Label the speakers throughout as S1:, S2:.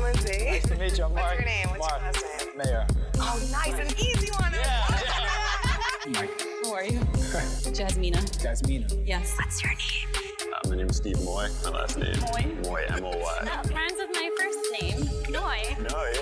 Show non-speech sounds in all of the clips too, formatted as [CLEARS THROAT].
S1: to meet you. I'm
S2: What's
S1: Mark.
S2: your name? What's your
S1: Mark
S2: last name?
S1: Mayer.
S2: Oh, nice and easy one.
S3: How are you? Jasmina.
S1: Jasmina.
S3: Yes.
S2: What's your name?
S4: Uh, my name's Steve Moy. My last name. Moy. Moy. M O Y.
S5: Friends with my first name, Noi.
S4: No, yeah.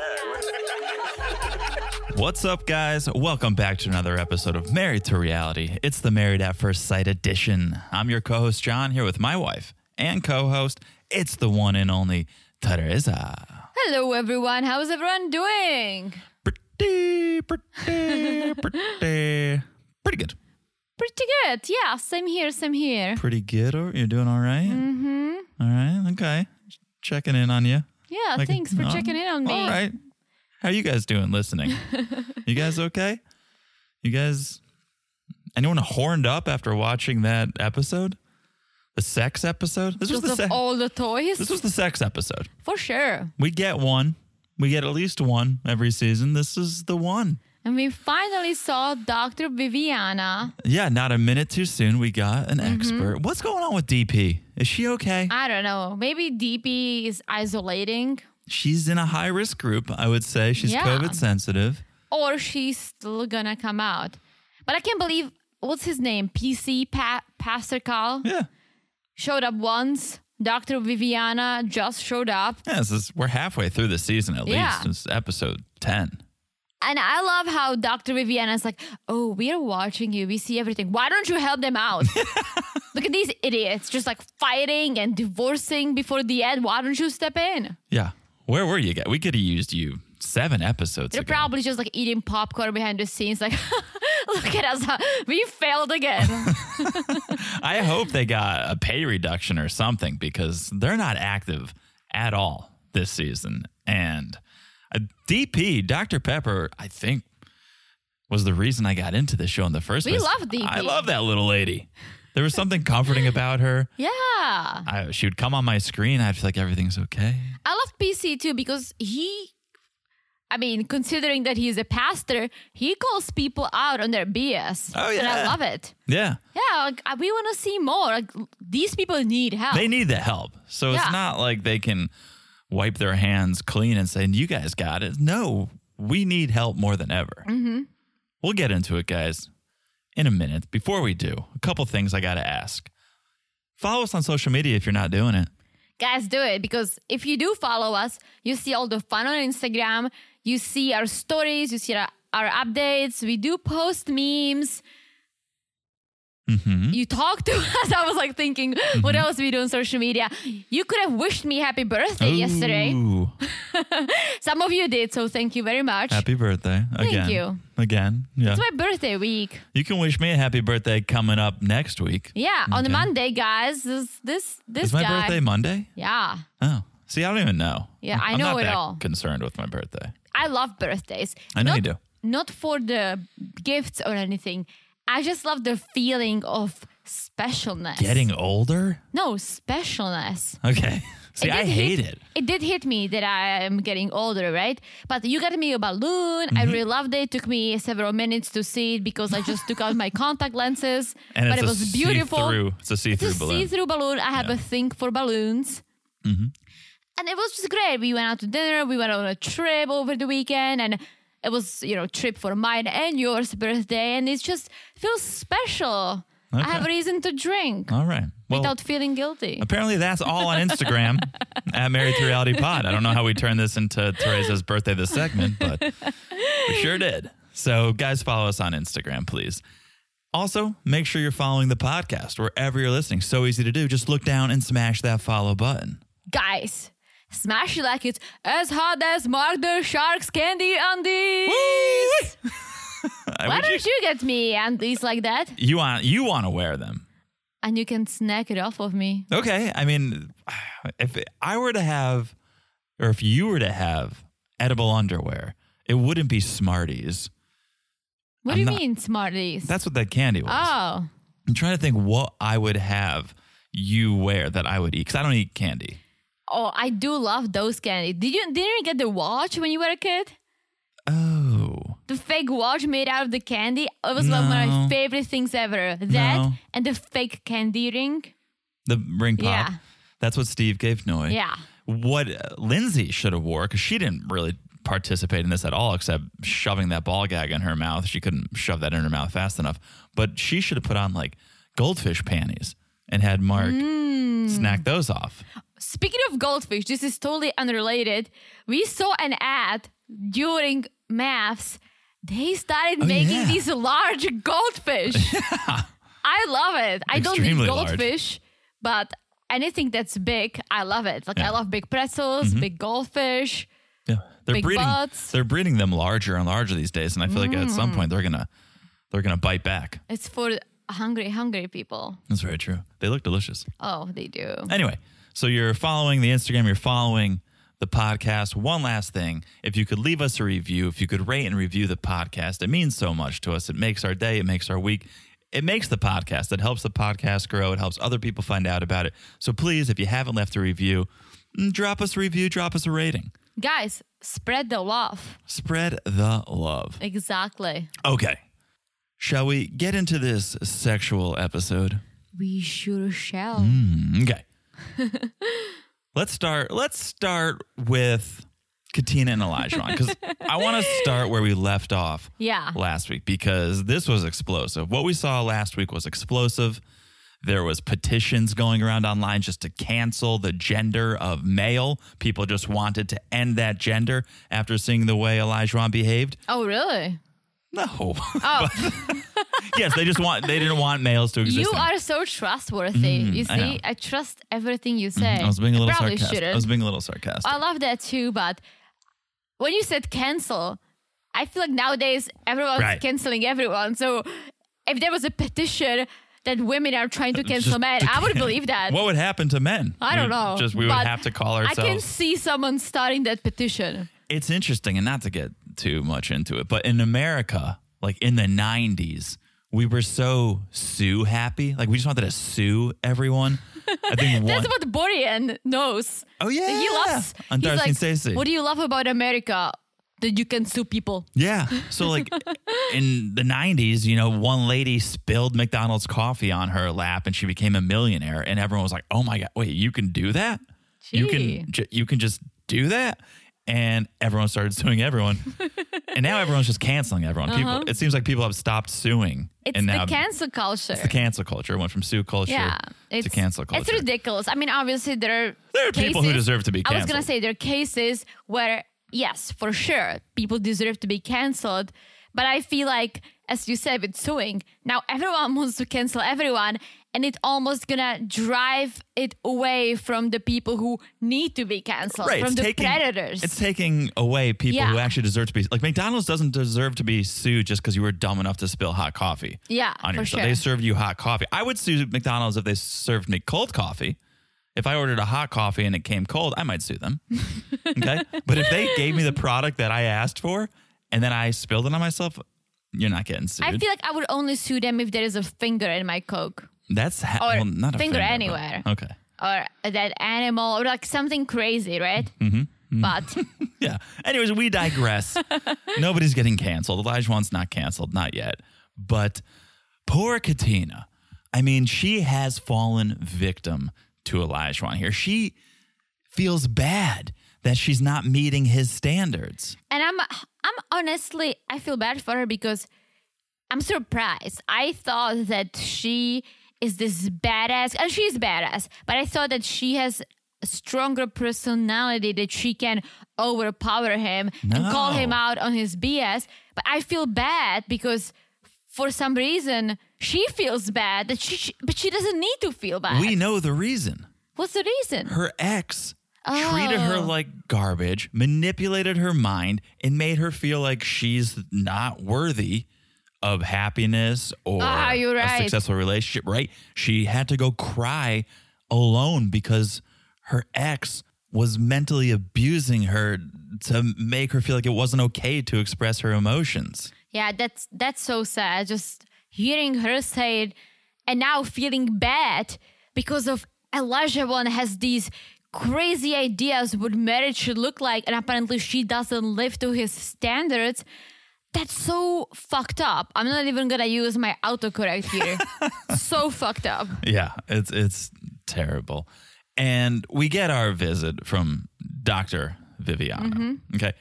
S6: What's up, guys? Welcome back to another episode of Married to Reality. It's the Married at First Sight edition. I'm your co host, John, here with my wife and co host. It's the one and only Teresa.
S7: Hello, everyone. How's everyone doing?
S6: Pretty, pretty, pretty. Pretty good.
S7: Pretty good. Yeah, same here, same here.
S6: Pretty good. Oh, You're doing all right? Mm-hmm. All right. Okay. Checking in on you.
S7: Yeah,
S6: Like,
S7: thanks for
S6: no,
S7: checking in on me.
S6: All right. How you guys doing listening? you guys okay? You guys anyone horned up after watching that episode? The sex episode? This was
S7: Because
S6: the
S7: of
S6: sex
S7: all the toys.
S6: This was the sex episode.
S7: For sure.
S6: We get one. We get at least one every season. This is the one.
S7: And we finally saw Dr. Viviana.
S6: Yeah, not a minute too soon. We got an expert. What's going on with DP? Is she okay?
S7: Mm-hmm. I don't know. Maybe DP is isolating
S6: She's in a high risk group, I would say. She's
S7: Yeah.
S6: COVID sensitive.
S7: or she's still gonna come out. But I can't believe what's his name? PC pa- Pastor Cal
S6: Yeah.
S7: showed up once. Dr. Viviana just showed up.
S6: Yeah, this is, we're halfway through the season at
S7: Yeah.
S6: least. It's episode 10.
S7: And I love how Dr. Viviana's like, oh, we are watching you. We see everything. Why don't you help
S6: [LAUGHS]
S7: them out? Look at these idiots just like fighting and divorcing before the end. Why don't you step in?
S6: Yeah. Where were you guys? We could have used you seven episodes
S7: They're
S6: ago.
S7: probably just like eating popcorn behind the scenes. Like, [LAUGHS] look at us. We
S6: [LAUGHS]
S7: failed again.
S6: I hope they got a pay reduction or something because they're not active at all this season. And uh, a DP, Dr. Pepper, I think was the reason I got into this show in the first
S7: We
S6: place.
S7: love DP.
S6: I love that little lady. There was something comforting about her.
S7: yeah.
S6: I, she would come on my screen. I'd feel like everything's okay.
S7: I love PC too because he, I mean, considering that he's a pastor, he calls people out on their BS.
S6: Oh,
S7: And I
S6: yeah.
S7: love it.
S6: Yeah.
S7: Yeah, like, uh, we want to see more. Like, these people need help.
S6: They need the help. So it's
S7: Yeah.
S6: not like they can wipe their hands clean and say, you guys got it. No, we need help more than ever.
S7: Mm-hmm.
S6: We'll get into it, guys, in a minute. Before we do, a couple things I got to ask. Follow us on social media if you're not doing it.
S7: Guys, do it because if you do follow us, you see all the fun on Instagram, you see our stories, you see our, our updates. We do post memes.
S6: Mm-hmm.
S7: You talk to [LAUGHS] us. I was like thinking, what else we do on social media? You could have wished me happy birthday yesterday.
S6: Ooh,
S7: Some of you did, so thank you very much.
S6: happy
S7: [LAUGHS]
S6: birthday. Again.
S7: you.
S6: Again. Yeah.
S7: It's my birthday week.
S6: you can wish me a happy birthday coming up next week.
S7: Yeah, on
S6: Okay.
S7: Monday, guys. This this this
S6: Is my
S7: guy.
S6: birthday Monday?
S7: Yeah.
S6: Oh. See, I don't even know.
S7: Yeah, I
S6: I'm
S7: know
S6: not
S7: it
S6: that
S7: all.
S6: concerned with my birthday.
S7: I love birthdays.
S6: I know
S7: not,
S6: you do.
S7: Not for the gifts or anything. I just love the feeling of specialness.
S6: Getting older?
S7: no specialness.
S6: Okay.
S7: [LAUGHS]
S6: See, I
S7: did
S6: hate
S7: hit-
S6: it.
S7: It did hit me that I am getting older, right? But you got me a balloon.
S6: Mm-hmm.
S7: I really loved it. It took me several minutes to see it because I just took out my [LAUGHS] contact lenses.
S6: And
S7: but
S6: it's
S7: it
S6: a
S7: was beautiful.
S6: see-through. It's a see-through
S7: It's a
S6: balloon. Mm-hmm.
S7: see-through balloon. I have a thing for balloons. And it was just great. We went out to dinner. We went on a trip over the weekend, and it was you know trip for mine and yours birthday, and it just feels special. I
S6: Okay.
S7: have a reason to drink
S6: All right. Well, uh,
S7: without feeling guilty.
S6: apparently that's all on
S7: [LAUGHS]
S6: Instagram at Married to Reality Pod. I don't know how we turned this into Teresa's birthday this segment, but we
S7: [LAUGHS]
S6: sure did. So, guys, follow us on Instagram, please. Also, make sure you're following the podcast wherever you're listening. So easy to do. Just look down and smash that follow button.
S7: Guys, smash it like it's as hot as Mark the Shark's candy undies.
S6: Uh,
S7: Why
S6: would
S7: don't you get me undies like that?
S6: you-, you want you want to wear them?
S7: And you can snack it off of me.
S6: Okay. I mean, if I were to have, or if you were to have edible underwear, it wouldn't be Smarties.
S7: What
S6: I'm
S7: do you
S6: not-
S7: mean, Smarties?
S6: That's what that candy was.
S7: oh.
S6: I'm trying to think what I would have you wear that I would eat because I don't eat candy.
S7: Oh, I do love those candy. Did you didn't you get the watch when you were a kid?
S6: Oh,
S7: The fake watch made out of the candy. It was like one of
S6: No.
S7: my favorite things ever. That
S6: No.
S7: and the fake candy ring.
S6: the ring pop.
S7: Yeah.
S6: That's what Steve gave Noy.
S7: Yeah.
S6: what uh, Lindsay should have wore because she didn't really participate in this at all except shoving that ball gag in her mouth. She couldn't shove that in her mouth fast enough. But she should have put on like goldfish panties and had Mark
S7: Mm.
S6: snack those off.
S7: Speaking of goldfish, this is totally unrelated. We saw an ad during maths. They started
S6: Oh,
S7: making
S6: yeah.
S7: these large
S6: [LAUGHS]
S7: goldfish. I love it. I don't
S6: Extremely
S7: eat
S6: large.
S7: goldfish, but anything that's big, I love it. Like I love big pretzels,
S6: Mm-hmm.
S7: big goldfish.
S6: Yeah, they're
S7: Big
S6: breeding.
S7: butts. Mm.
S6: They're breeding them larger and larger these days, and I feel like at some point they're gonna they're gonna bite back.
S7: It's for hungry, hungry people.
S6: That's very true. They look delicious.
S7: Oh, they do.
S6: Anyway, so you're following the Instagram, you're following the podcast. One last thing if you could leave us a review, if you could rate and review the podcast, it means so much to us. It makes our day, it makes our week, it makes the podcast. It helps the podcast grow, it helps other people find out about it. So please, if you haven't left a review, mm, drop us a review, drop us a rating.
S7: Guys, spread the love.
S6: Spread the love.
S7: Exactly.
S6: Okay. Shall we get into this sexual episode?
S7: We sure shall.
S6: Mm. Okay. [LAUGHS] let's start. Let's start with Katina and Elijah because I want to start where we left off.
S7: Yeah.
S6: Last week because this was explosive. What we saw last week was explosive. There was petitions going around online just to cancel the gender of male. People just wanted to end that gender after seeing the way Elijah behaved.
S7: Oh, really?
S6: No. [LAUGHS]
S7: Oh,
S6: yes, they just want they didn't want males to exist.
S7: you
S6: anymore.
S7: are so trustworthy. you
S6: Mm, I know. Mm,
S7: see, I, trust everything you say.
S6: I was being a little
S7: probably
S6: sarcastic.
S7: shouldn't.
S6: I was being a little sarcastic.
S7: I love that too, but when you said cancel, I feel like nowadays everyone's
S6: Right.
S7: canceling everyone. So if there was a petition that women are trying to
S6: Just
S7: cancel men,
S6: to
S7: I
S6: [LAUGHS]
S7: would
S6: can-
S7: believe that.
S6: What would happen to men?
S7: I don't
S6: We'd
S7: know.
S6: Just we would
S7: but
S6: have to call
S7: I can
S6: ourselves.
S7: see someone starting that petition.
S6: it's interesting, and not to get too much into it, but in America, like in the '90s, we were so sue happy. Like we just wanted to sue everyone. I think one.
S7: [LAUGHS] That's what Borian knows.
S6: oh yeah,
S7: He loves.
S6: on
S7: he's
S6: Darcy
S7: like,
S6: and Stacey.
S7: What do you love about America? That you can sue people.
S6: Yeah. So
S7: [LAUGHS]
S6: like in the 90s, you know, one lady spilled McDonald's coffee on her lap and she became a millionaire and everyone was like, "Oh my god, wait, you can do that? You
S7: Gee.
S6: can ju- you can just do that?" And everyone started suing everyone. and now everyone's just canceling everyone. People it seems like people have stopped suing
S7: Uh-huh. It's
S6: and
S7: the
S6: now
S7: cancel culture.
S6: the cancel culture It went from sue culture
S7: yeah,
S6: to cancel culture.
S7: It's ridiculous. I mean, obviously there are
S6: There are people who
S7: cases-
S6: deserve to be
S7: I was gonna
S6: canceled.
S7: say there are cases where yes, for sure, people deserve to be canceled, but I feel like as you said with suing, now everyone [LAUGHS] wants to cancel everyone, and it's almost gonna drive it away from the people who need to be canceled,
S6: Right,
S7: from
S6: it's
S7: the
S6: taking,
S7: predators.
S6: It's taking away people who
S7: Yeah.
S6: actually deserve to be like McDonald's doesn't deserve to be sued just because you were dumb enough to spill hot coffee.
S7: Yeah,
S6: on
S7: for
S6: yourself.
S7: sure.
S6: They served you hot coffee. I would sue McDonald's if they served me cold coffee. If I ordered a hot coffee and it came cold, I might sue
S7: [LAUGHS]
S6: them. Okay, but if they gave me the product that I asked for and then I spilled it on myself, you're not getting sued.
S7: I feel like I would only sue them if there is a finger in my coke.
S6: That's ha-
S7: or
S6: well, not a
S7: finger
S6: but-
S7: anywhere.
S6: okay.
S7: or that animal or like something crazy, right?
S6: Mm-hmm,
S7: But
S6: Yeah. Anyways, we digress. Nobody's getting canceled. Elijah's not canceled, not yet. But poor Katina. I mean, she has fallen victim to Elijah here. She feels bad that she's not meeting his standards.
S7: and I'm I'm honestly I feel bad for her because I'm surprised. I thought that she is this badass and she's badass, but I thought that she has a stronger personality that she can overpower him and call
S6: No.
S7: him out on his BS. But I feel bad because for some reason she feels bad that she, she but she doesn't need to feel bad.
S6: We know the reason.
S7: What's the reason?
S6: Her ex treated her
S7: Oh.
S6: like garbage, manipulated her mind, and made her feel like she's not worthy of happiness or
S7: Ah, you're
S6: a
S7: right.
S6: successful relationship, right? She had to go cry alone because her ex was mentally abusing her to make her feel like it wasn't okay to express her emotions.
S7: Yeah, that's that's so sad. Just hearing her say it and now feeling bad because of Elijah one has these crazy ideas what marriage should look like and apparently she doesn't live to his standards. That's so fucked up. I'm not even gonna use my autocorrect here. so fucked up.
S6: Yeah, it's it's terrible. And we get our visit from Dr. Viviana. Okay.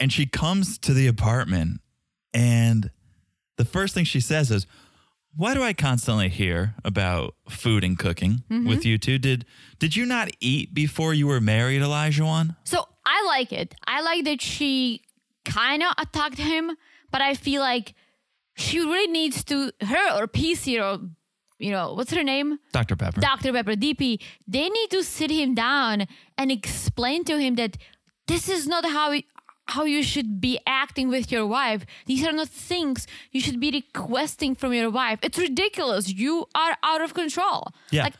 S6: And she comes to the apartment, and the first thing she says is, Why do I constantly hear about food and cooking with you two? Did did you not eat before you were married, Elijah? One?
S7: So I like it. I like that she kind of attacked him, but I feel like she really needs to her or PC or you know what's her name,
S6: Dr. Pepper.
S7: Dr. Pepper DP. They need to sit him down and explain to him that this is not how it, how you should be acting with your wife. These are not things you should be requesting from your wife. It's ridiculous. You are out of control.
S6: Yeah.
S7: Like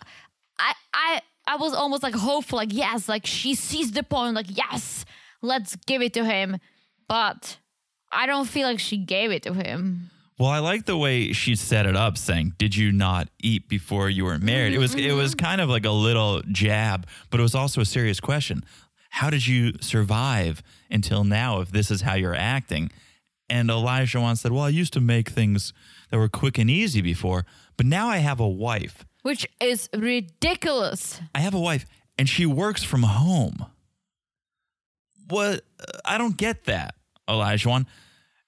S7: I I I was almost like hopeful, like yes, like she sees the point, like yes, let's give it to him. But I don't feel like she gave it to him.
S6: Well, I like the way she set it up, saying, "Did you not eat before you were married?" It was it was kind of like a little jab, but it was also a serious question. How did you survive until now if this is how you're acting? And Elijah once said, "Well, I used to make things that were quick and easy before, but now I have a wife.
S7: Which is ridiculous.
S6: I have a wife, and she works from home." What? uh, I don't get that, Elijah. One.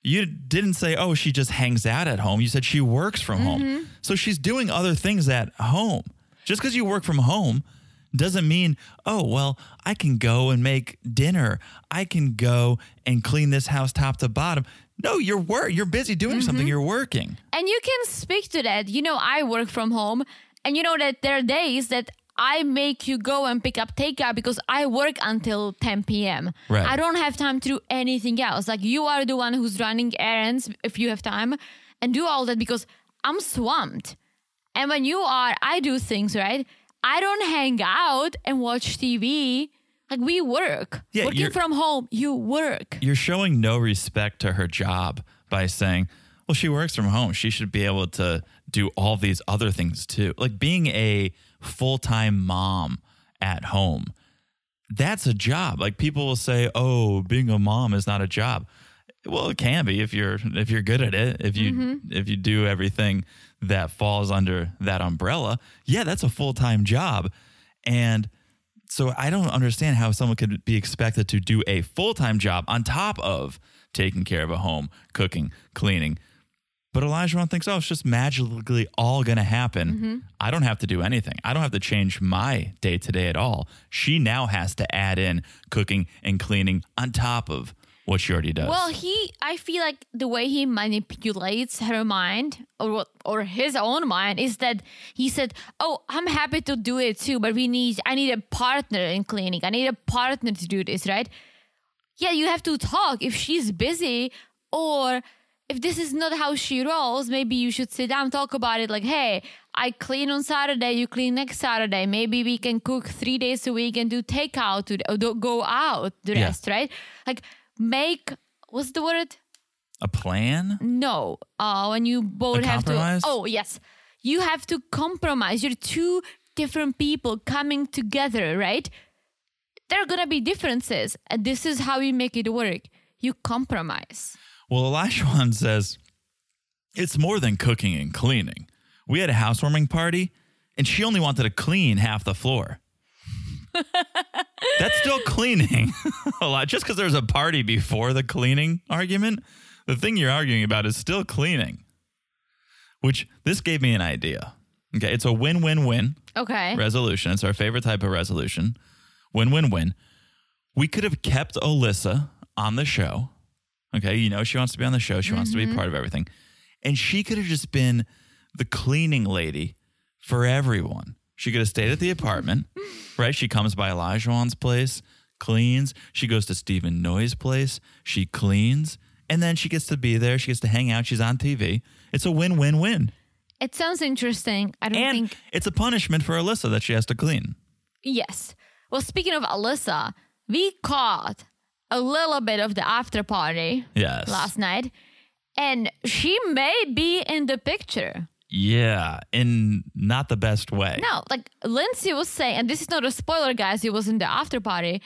S6: You didn't say, oh, she just hangs out at home. You said she works from home. So she's doing other things at home. Just because you work from home doesn't mean, oh, well, I can go and make dinner. I can go and clean this house top to bottom. No, you're work. You're busy doing something. You're working.
S7: And you can speak to that. You know, I work from home, and you know that there are days that I make you go and pick up takeout because I work until 10 p.m.
S6: Right.
S7: I don't have time to do anything else. Like, you are the one who's running errands if you have time and do all that because I'm swamped. And when you are, I do things, right? I don't hang out and watch TV. Like, we work.
S6: Yeah,
S7: Working
S6: you're-
S7: from home, you work.
S6: You're showing no respect to her job by saying, well, she works from home. She should be able to do all these other things too. Like being a full time mom at home, that's a job. Like people will say, oh, being a mom is not a job. Well, it can be if you're if you're good at it. If you if you do everything that falls under that umbrella, yeah, that's a full time job. And so I don't understand how someone could be expected to do a full time job on top of taking care of a home, cooking, cleaning. But Elijah Ron thinks, oh, it's just magically all going to happen. I don't have to do anything. I don't have to change my day to day at all. She now has to add in cooking and cleaning on top of what she already does.
S7: Well, he, I feel like the way he manipulates her mind or what, or his own mind is that he said, "Oh, I'm happy to do it too, but we need, I need a partner in cleaning. I need a partner to do this, right?" Yeah, you have to talk if she's busy or if this is not how she rolls. Maybe you should sit down, talk about it. Like, hey, I clean on Saturday, you clean next Saturday. Maybe we can cook three days a week and do takeout to or do- go out the
S6: Yeah.
S7: rest, right? Like, make what's the word?
S6: a plan?
S7: No, uh, when you both
S6: A
S7: have
S6: compromise?
S7: to. Oh yes, you have to compromise. You're two different people coming together, right? There are gonna be differences, and this is how you make it work. You compromise.
S6: Well, Elijah [LAUGHS] Ron says, it's more than cooking and cleaning. We had a housewarming party and she only wanted to clean half the floor. That's still cleaning [LAUGHS] a lot. Just because there's a party before the cleaning argument, the thing you're arguing about is still cleaning, which this gave me an idea. Okay. It's a win win win
S7: Okay.
S6: [LAUGHS] resolution. It's our favorite type of resolution. Win, win, win. We could have kept Alyssa on the show. Okay. You know, she wants to be on the show. She wants
S7: Mm-hmm.
S6: to be part of everything. And she could have just been the cleaning lady for everyone. She could have stayed at the
S7: [LAUGHS]
S6: apartment, right? She comes by Elijah's place, cleans. She goes to Stephen Noy's place, she cleans. And then she gets to be there. She gets to hang out. She's on TV. It's a win, win, win.
S7: It sounds interesting. I don't
S6: And
S7: think.
S6: it's a punishment for Alyssa that she has to clean.
S7: Yes. Well, speaking of Alyssa, we caught a little bit of the after party
S6: Yes.
S7: last night, and she may be in the picture.
S6: Yeah, in not the best way.
S7: No, like Lindsay was saying, and this is not a spoiler, guys. It was in the after party.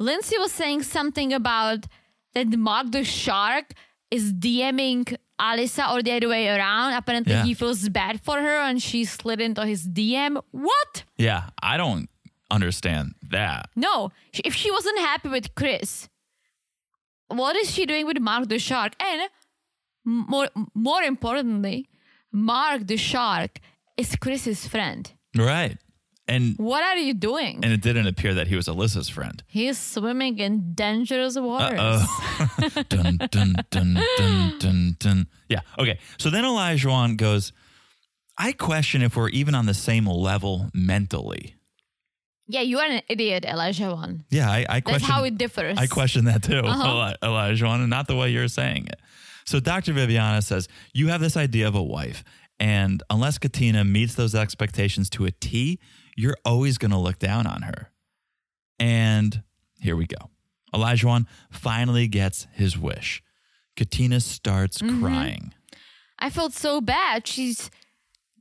S7: Lindsay was saying something about that Mark the Shark is DMing Alyssa or the other way around. Apparently,
S6: Yeah.
S7: he feels bad for her and she slid into his DM. What?
S6: Yeah, I don't understand that.
S7: No, sh- if she wasn't happy with Chris, what is she doing with Mark the Shark? And m- more, more importantly, Mark the Shark is Chris's friend.
S6: Right. And
S7: What are you doing?
S6: and it didn't appear that he was Alyssa's friend.
S7: He's swimming in dangerous waters.
S6: Uh-oh. [LAUGHS] dun, dun, dun, dun, dun, dun. Yeah. Okay. So then Elijah goes, I question if we're even on the same level mentally.
S7: Yeah, you are an idiot, Elijah one.
S6: Yeah, I, I
S7: That's
S6: question.
S7: how it differs.
S6: I question that too, Eli Elijah, and not the way you're saying it. So Dr. Viviana says, You have this idea of a wife, and unless Katina meets those expectations to a T, you're always going to look down on her. And here we go. Elijah finally gets his wish. Katina starts crying.
S7: I felt so bad. She's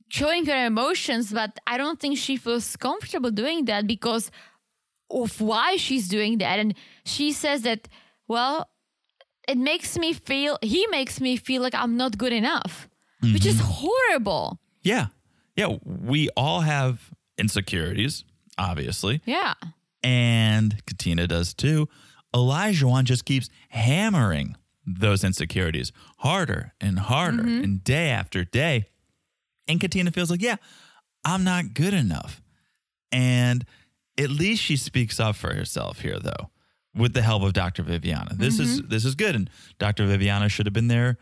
S7: showing her emotions, but I don't think she feels comfortable doing that because of why she's doing that. And she says that, well, it makes me feel, he makes me feel like I'm not good enough, which is
S6: Mm-hmm.
S7: horrible.
S6: Yeah. Yeah. We all have insecurities, obviously.
S7: Yeah.
S6: and Katina does too. Elijah just keeps hammering those insecurities harder and harder
S7: Mm-hmm.
S6: and day after day. And Katina feels like, yeah, I'm not good enough. And at least she speaks up for herself here though, with the help of Dr. Viviana. This is
S7: Mm-hmm.
S6: this is good. And Dr. Viviana should have been there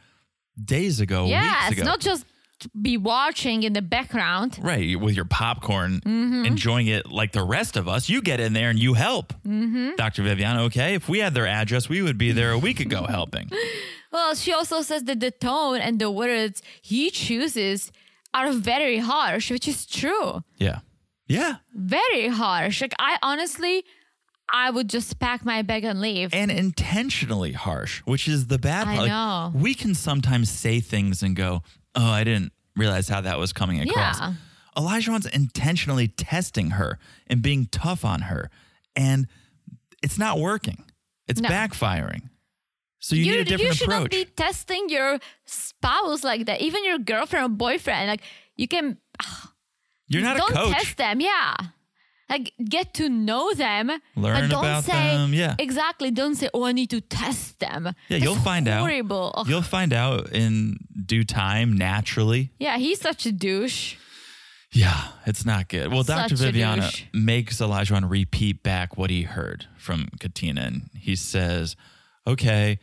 S6: days ago,
S7: yeah.
S6: weeks
S7: It's
S6: ago.
S7: not just to be watching in the background.
S6: Right, with your popcorn,
S7: Mm-hmm.
S6: enjoying it like the rest of us. You get in there and you help.
S7: Mm-hmm.
S6: Dr. Viviana, okay, if we had their address, we would be there a week
S7: [LAUGHS]
S6: ago helping.
S7: Well, she also says that the tone and the words he chooses are very harsh, which is true.
S6: Yeah. Yeah.
S7: very harsh. Like I honestly, I would just pack my bag and leave.
S6: And intentionally harsh, which is the bad
S7: I
S6: part. Like,
S7: know.
S6: we can sometimes say things and go, oh, I didn't realize how that was coming across.
S7: Yeah.
S6: Elijah wants intentionally testing her and being tough on her. And it's not working, it's
S7: No.
S6: backfiring. So you, need a different
S7: you should
S6: approach.
S7: not be testing your spouse like that. Even your girlfriend or boyfriend, like you can
S6: You're not
S7: don't
S6: a coach.
S7: test them. Yeah. Like get to know them.
S6: Learn
S7: but don't
S6: about
S7: say,
S6: them, yeah.
S7: Exactly. Don't say, "Oh, I need to test them."
S6: Yeah,
S7: That's
S6: you'll find out.
S7: horrible. Ugh.
S6: You'll find out in due time, naturally.
S7: Yeah, he's such a douche.
S6: Yeah, it's not good. Well,
S7: Such
S6: Dr.
S7: a
S6: Viviana
S7: douche.
S6: makes Elijah repeat back what he heard from Katina. And he says, okay,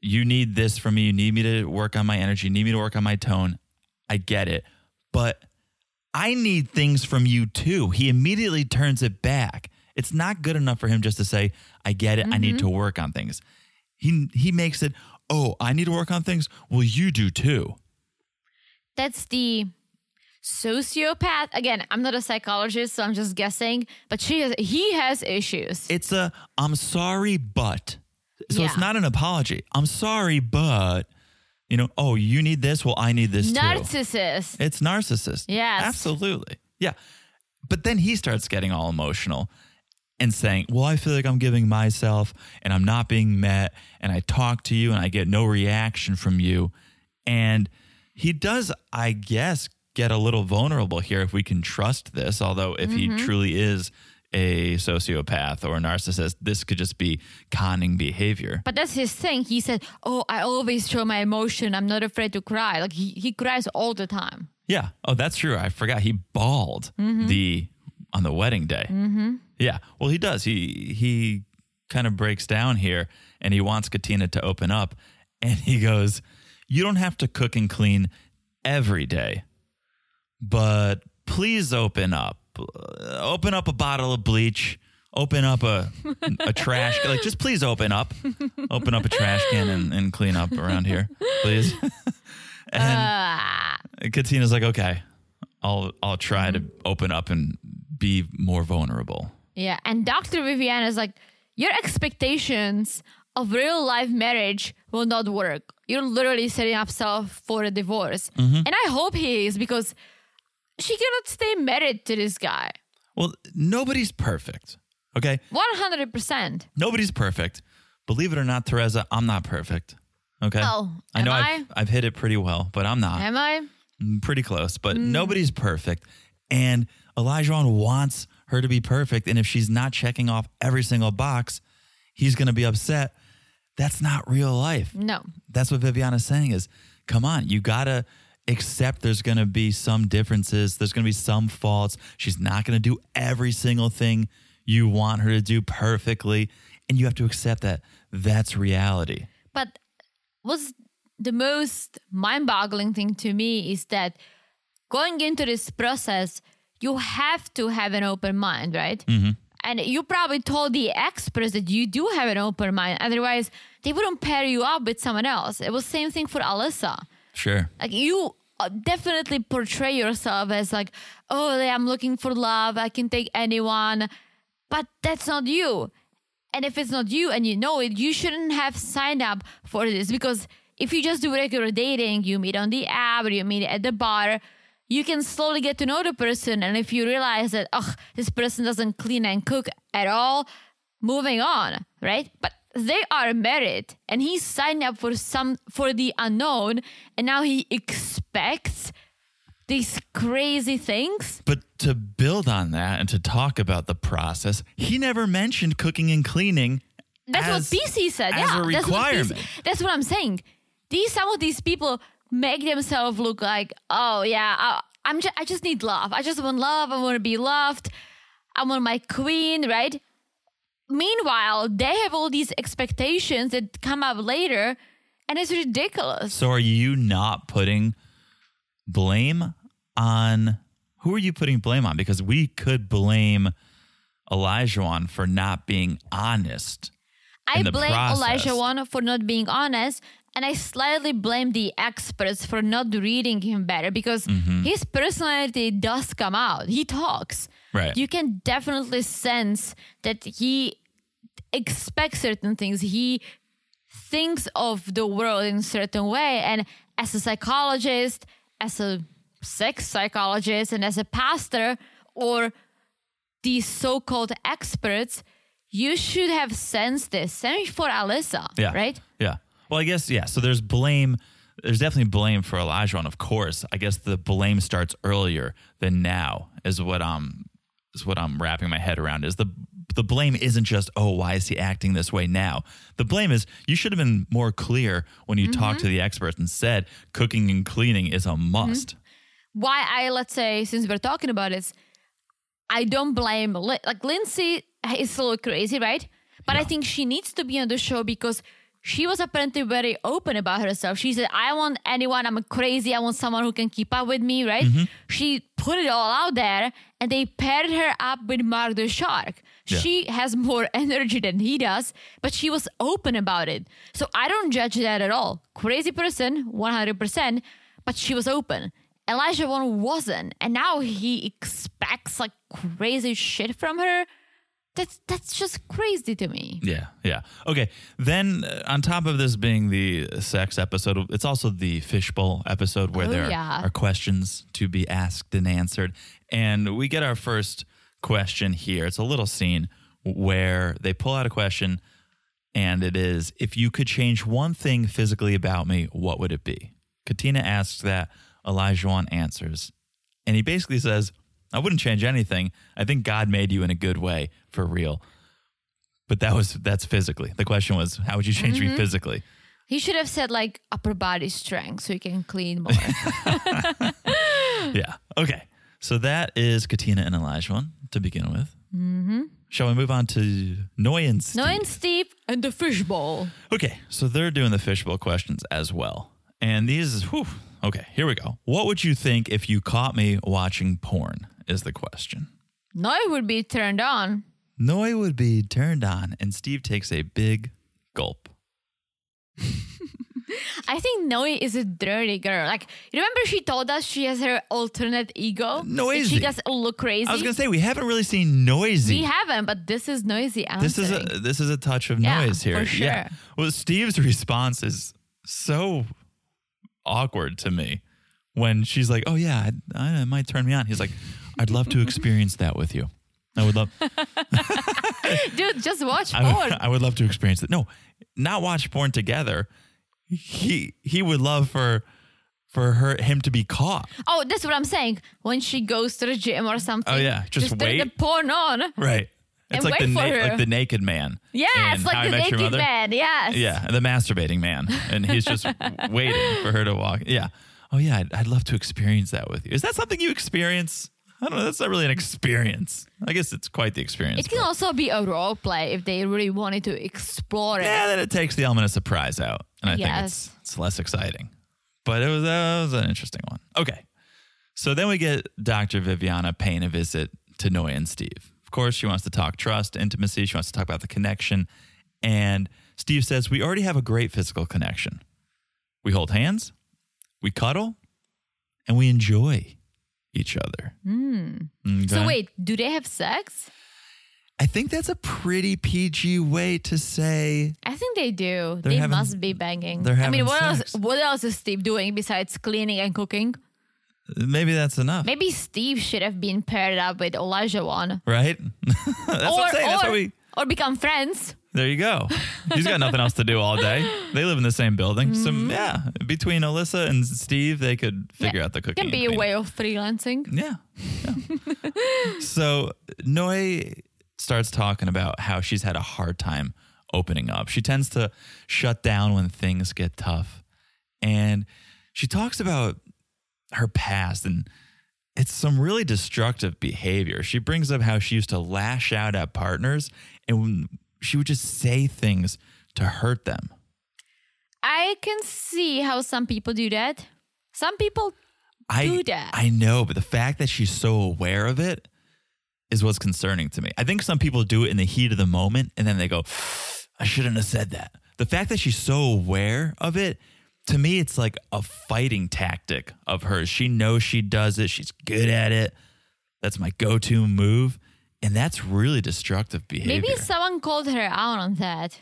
S6: you need this from me. You need me to work on my energy. You need me to work on my tone. I get it. But I need things from you too. He immediately turns it back. It's not good enough for him just to say, I get it. I need
S7: Mm-hmm.
S6: to work on things. He, he makes it, oh, I need to work on things. Well, you do too.
S7: that's the sociopath again i'm not a psychologist so i'm just guessing but she has he has issues
S6: It's a I'm sorry, but. So it's
S7: Yeah.
S6: not an apology. I'm sorry, but you know, oh, you need this. Well, I need this too.
S7: narcissist
S6: It's narcissist.
S7: Yes.
S6: Absolutely. Yeah. But then he starts getting all emotional and saying, Well, I feel like I'm giving myself and I'm not being met. And I talk to you and I get no reaction from you. And he does, I guess, get a little vulnerable here if we can trust this. Although, if he
S7: Mm-hmm.
S6: truly is a sociopath or a narcissist, this could just be conning behavior.
S7: but that's his thing he said oh i always show my emotion i'm not afraid to cry like he, he cries all the time
S6: Yeah. Oh, that's true. I forgot he bawled the on the wedding day. Mm-hmm. Yeah. Well, he does. He he kind of breaks down here, and he wants Katina to open up, and he goes, "You don't have to cook and clean every day, but please open up. Uh, Open up a bottle of bleach." Open up a a trash like just please open up, open up a trash can and, and clean up around here, please. [LAUGHS] and
S7: Ah,
S6: and Katina's like, okay, I'll I'll try to
S7: Mm-hmm.
S6: open up and be more vulnerable.
S7: yeah and dr viviana is like your expectations of real life marriage will not work you're literally setting up self for a divorce and i hope he is because she cannot stay married to this guy
S6: Well, nobody's perfect. Okay?
S7: One hundred percent.
S6: Nobody's perfect. Believe it or not, Teresa, I'm not perfect. Okay.
S7: Oh,
S6: I know
S7: am
S6: have I've hit it pretty well, but I'm not.
S7: Am I? Mm.
S6: pretty close, but nobody's perfect. And Elijah wants her to be perfect. And if she's not checking off every single box, he's going to be upset. That's not real life.
S7: No.
S6: That's what Viviana's saying is, come on, you gotta accept there's gonna be some differences. There's gonna be some faults. She's not gonna do every single thing you want her to do perfectly. And you have to accept that. That's reality.
S7: But what's the most mind boggling thing to me is that going into this process, you have to have an open mind, right? And you probably told the experts that you do have an open mind. Otherwise, they wouldn't pair you up with someone else. It was same thing for Alyssa.
S6: Sure.
S7: Like you uh, definitely portray yourself as like, oh, yeah, I'm looking for love. I can take anyone, but that's not you. And if it's not you and you know it, you shouldn't have signed up for this because if you just do regular dating, you meet on the app or you meet at the bar, you can slowly get to know the person. And if you realize that, oh, this person doesn't clean and cook at all, moving on, right? But they are married and he signed up for some for the unknown and now he expects these crazy things.
S6: But to build on that and to talk about the process, he never mentioned cooking and cleaning.
S7: That's
S6: as-
S7: what PC said.
S6: as
S7: yeah,
S6: a
S7: that's what PC
S6: requirement.
S7: that's what I'm saying. These some of these people make themselves look like, oh yeah, I, I'm ju- I just need love. I just want love. I want to be loved. I want my queen, right? Meanwhile, they have all these expectations that come up later, and it's ridiculous.
S6: So are you not putting blame on who are you putting blame on? Because we could blame Elijah on for not being honest.
S7: I
S6: in the
S7: blame
S6: process.
S7: Elijah Wan for not being honest, and I slightly blame the experts for not reading him better because
S6: Mm-hmm.
S7: his personality does come out. He talks.
S6: Right.
S7: You can definitely sense that he expects certain things. He thinks of the world in a certain way. And as a psychologist, as a sex psychologist, and as a pastor, or these so-called experts, you should have sensed this. Same for Alyssa,
S6: yeah.
S7: right?
S6: Yeah. Well, I guess, yeah. So there's blame. There's definitely blame for Elijah on, of course. I guess the blame starts earlier than now is what I'm is what I'm wrapping my head around is the the blame isn't just, oh, why is he acting this way now? The blame is you should have been more clear when you talked to the experts and said cooking and cleaning is a must.
S7: why I let's say since we're talking about this, I don't blame Lin- like Lindsay is a little crazy, right? But I think she needs to be on the show because she was apparently very open about herself. She said, "I want anyone. I'm crazy. I want someone who can keep up with me." Right? She put it all out there, and they paired her up with Mark the Shark.
S6: Yeah.
S7: She has more [LAUGHS] energy than he does, but she was open about it. So I don't judge that at all. Crazy person, 100%, but she was open. Elijah one wasn't, and now he expects like crazy shit from her. That's that's just crazy to me.
S6: Yeah, yeah. Okay. Then uh, on top of this being the sex episode, it's also the fishbowl episode where
S7: Oh,
S6: there
S7: yeah.
S6: are questions to be asked and answered. And we get our first question here. It's a little scene where they pull out a question and it is if you could change one thing physically about me, what would it be? Katina asks that, Elijah answers. And he basically says, I wouldn't change anything. I think God made you in a good way for real. But that was that's physically. The question was, how would you change
S7: Mm-hmm.
S6: me
S7: [LAUGHS]
S6: physically?
S7: He should have said like upper body strength so he can
S6: [LAUGHS]
S7: clean more.
S6: Yeah. Okay. So that is Katina and Elijah one to begin with. Mm-hmm. Shall we move on to Noy and Steve?
S7: no, and Steve and the fishbowl.
S6: Okay. So they're doing the fishbowl questions as well. And these, whew, okay, here we go. What would you think if you caught me watching porn? Is the question.
S7: No, it would be turned on.
S6: Noy would be turned on, and Steve takes a big gulp.
S7: I think Noe is a dirty girl. Like, you remember she told us she has her alternate ego? That
S6: Noisy.
S7: She does look crazy.
S6: I was gonna say we haven't really seen noisy.
S7: we haven't, but this is noisy. I'm
S6: this is
S7: saying.
S6: a this is a touch of
S7: Yeah,
S6: noise here.
S7: for
S6: Yeah.
S7: sure.
S6: Well, Steve's response is so awkward to me when she's like, "Oh yeah, I, I, it might turn me on." He's like, "I'd love to experience that with you. I would
S7: [LAUGHS]
S6: love.
S7: [LAUGHS] dude. Just watch
S6: I would,
S7: porn.
S6: I would love to experience it. No, not watch porn together. He he would love for for her him to be caught.
S7: Oh, that's what I'm saying. When she goes to the gym or something.
S6: Oh, yeah. Just
S7: turn the
S6: wait.
S7: porn on. [LAUGHS]
S6: Right. It's
S7: And
S6: like the
S7: wait for
S6: na-
S7: her.
S6: like the naked man.
S7: Yes,
S6: in How I
S7: like
S6: Met
S7: the
S6: Your
S7: naked
S6: Mother.
S7: man. Yes.
S6: Yeah, the masturbating man, and he's just
S7: [LAUGHS]
S6: waiting for her to walk. Yeah. Oh yeah, I'd, I'd love to experience that with you. Is that something you experience? I don't know. That's not really an experience. I guess it's quite the experience.
S7: It can
S6: but-
S7: also be a role play if they really wanted to explore it.
S6: yeah, then it takes the element of surprise out, and I think
S7: Yes.
S6: it's it's less exciting. But it was that was an interesting one. Okay, so then we get Dr. Viviana paying a visit to Noy and Steve. Of course, she wants to talk trust, intimacy. She wants to talk about the connection, and Steve says we already have a great physical connection. We hold hands, we cuddle, and we enjoy each other.
S7: Hmm. So
S6: Okay?
S7: wait, do they have sex?
S6: I think that's a pretty PG way to say
S7: I think they do.
S6: They're
S7: they
S6: having-
S7: must be banging.
S6: they're
S7: I
S6: having
S7: mean, what
S6: sex.
S7: else? What else is Steve doing besides cleaning and cooking?
S6: maybe that's enough.
S7: Maybe Steve should have been paired up with Elijah one,
S6: right? [LAUGHS] that's what I'm saying. That's
S7: or,
S6: what we.
S7: or become friends.
S6: There you go. He's got nothing else to do all day. They live in the same building.
S7: Mm-hmm.
S6: So yeah, between Alyssa and Steve, they could figure out the cooking.
S7: Can
S6: and
S7: be a
S6: cleaning.
S7: way of freelancing.
S6: Yeah. yeah. so Noe starts talking about how she's had a hard time opening up. She tends to shut down when things get tough. And she talks about her past and it's some really destructive behavior. She brings up how she used to lash out at partners and when she would just say things to hurt them.
S7: I can see how some people do that. Some people
S6: I,
S7: do that.
S6: I know, but the fact that she's so aware of it is what's concerning to me. I think some people do it in the heat of the moment and then they go, I shouldn't have said that. The fact that she's so aware of it, to me, it's like a fighting tactic of hers. She knows she does it, she's good at it. That's my go to move. And that's really destructive behavior.
S7: maybe someone called her out on that.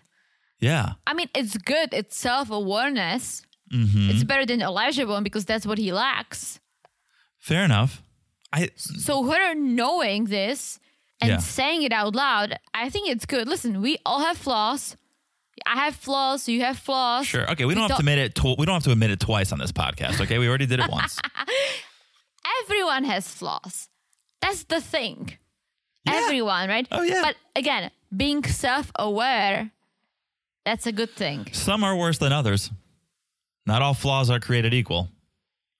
S6: yeah.
S7: I mean, it's good. It's self awareness.
S6: Mm-hmm.
S7: It's better than Elijah one because that's what he lacks.
S6: Fair enough. I
S7: So her knowing this and
S6: Yeah.
S7: saying it out loud, I think it's good. Listen, we all have flaws. I have flaws. You have flaws.
S6: sure. Okay, we don't have to admit it tw- we don't have to admit it twice on this podcast, okay? We already did it
S7: [LAUGHS]
S6: once.
S7: Everyone has flaws. That's the thing.
S6: Yeah.
S7: Everyone, right?
S6: Oh, yeah.
S7: But again, being self-aware, that's a good thing.
S6: Some are worse than others. Not all flaws are created equal.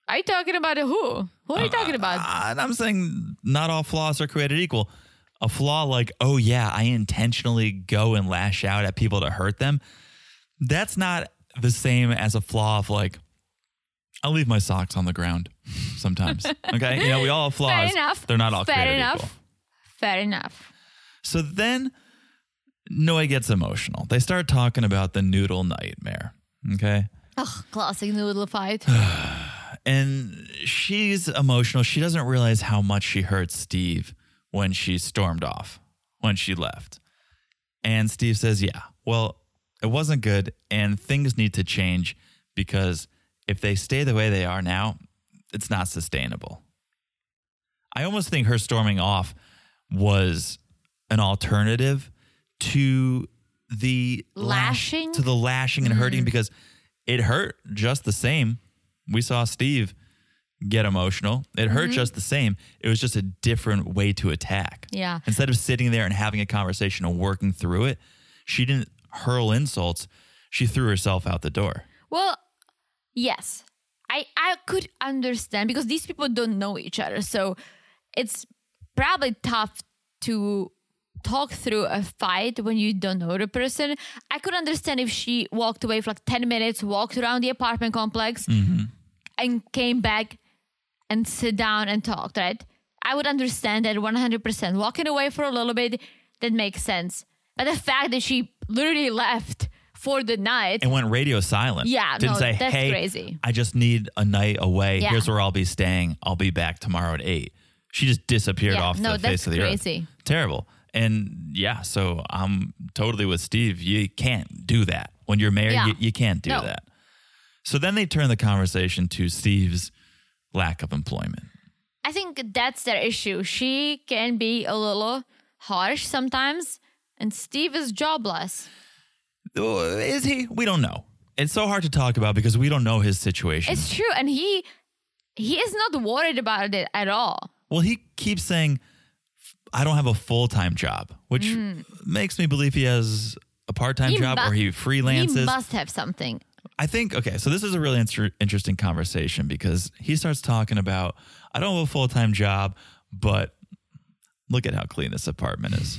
S7: Are you talking about who? Who are you talking about?
S6: Uh, and I'm saying not all flaws are created equal. A flaw like, oh yeah, I intentionally go and lash out at people to hurt them. That's not the same as a flaw of like, I leave my socks on the ground
S7: [LAUGHS]
S6: sometimes. okay. You know, we all have flaws.
S7: Fair enough.
S6: They're not all
S7: Fair
S6: created
S7: enough.
S6: equal.
S7: Fair enough.
S6: So then Noy gets emotional. They start talking about the noodle nightmare. Okay.
S7: Ugh, classic noodle fight.
S6: and she's emotional. She doesn't realize how much she hurt Steve when she stormed off, when she left. And Steve says, Yeah, well, it wasn't good, and things need to change because if they stay the way they are now, it's not sustainable. I almost think her storming off was an alternative to the lash-
S7: Lashing?
S6: to the lashing and hurting because it hurt just the same. We saw Steve get emotional. It hurt just the same. It was just a different way to attack.
S7: Yeah.
S6: Instead of sitting there and having a conversation and working through it, she didn't hurl insults. She threw herself out the door.
S7: Well, yes. I I could understand because these people don't know each other. So it's probably tough to talk through a fight when you don't know the person. I could understand if she walked away for like 10 minutes, walked around the apartment complex and came back and sit down and talked, right? I would understand that 100%. Walking away for a little bit, that makes sense. But the fact that she literally left for the night
S6: and went radio silent.
S7: Yeah,
S6: didn't
S7: no,
S6: say,
S7: that's
S6: "Hey,
S7: crazy."
S6: I just need a night away.
S7: Yeah.
S6: Here's where I'll be staying. I'll be back tomorrow at 8. She just disappeared
S7: Yeah,
S6: off
S7: no,
S6: the
S7: that's
S6: face of the
S7: crazy.
S6: earth. Terrible. And yeah, so I'm totally with Steve. You can't do that when you're married.
S7: Yeah.
S6: You, you can't do
S7: No.
S6: that. So then they turn the conversation to Steve's lack of employment.
S7: I think that's their issue. She can be a little harsh sometimes, and Steve is jobless.
S6: Oh, Is he? We don't know. It's so hard to talk about because we don't know his situation.
S7: It's true, and he he is not worried about it at all.
S6: well, he keeps saying, I don't have a full time job, which makes me believe he has a part time
S7: He
S6: job
S7: mu-
S6: or he freelances.
S7: He must have something.
S6: I think okay, so this is a really inter- interesting conversation because he starts talking about I don't have a full time job, but look at how clean this apartment
S7: [LAUGHS]
S6: is.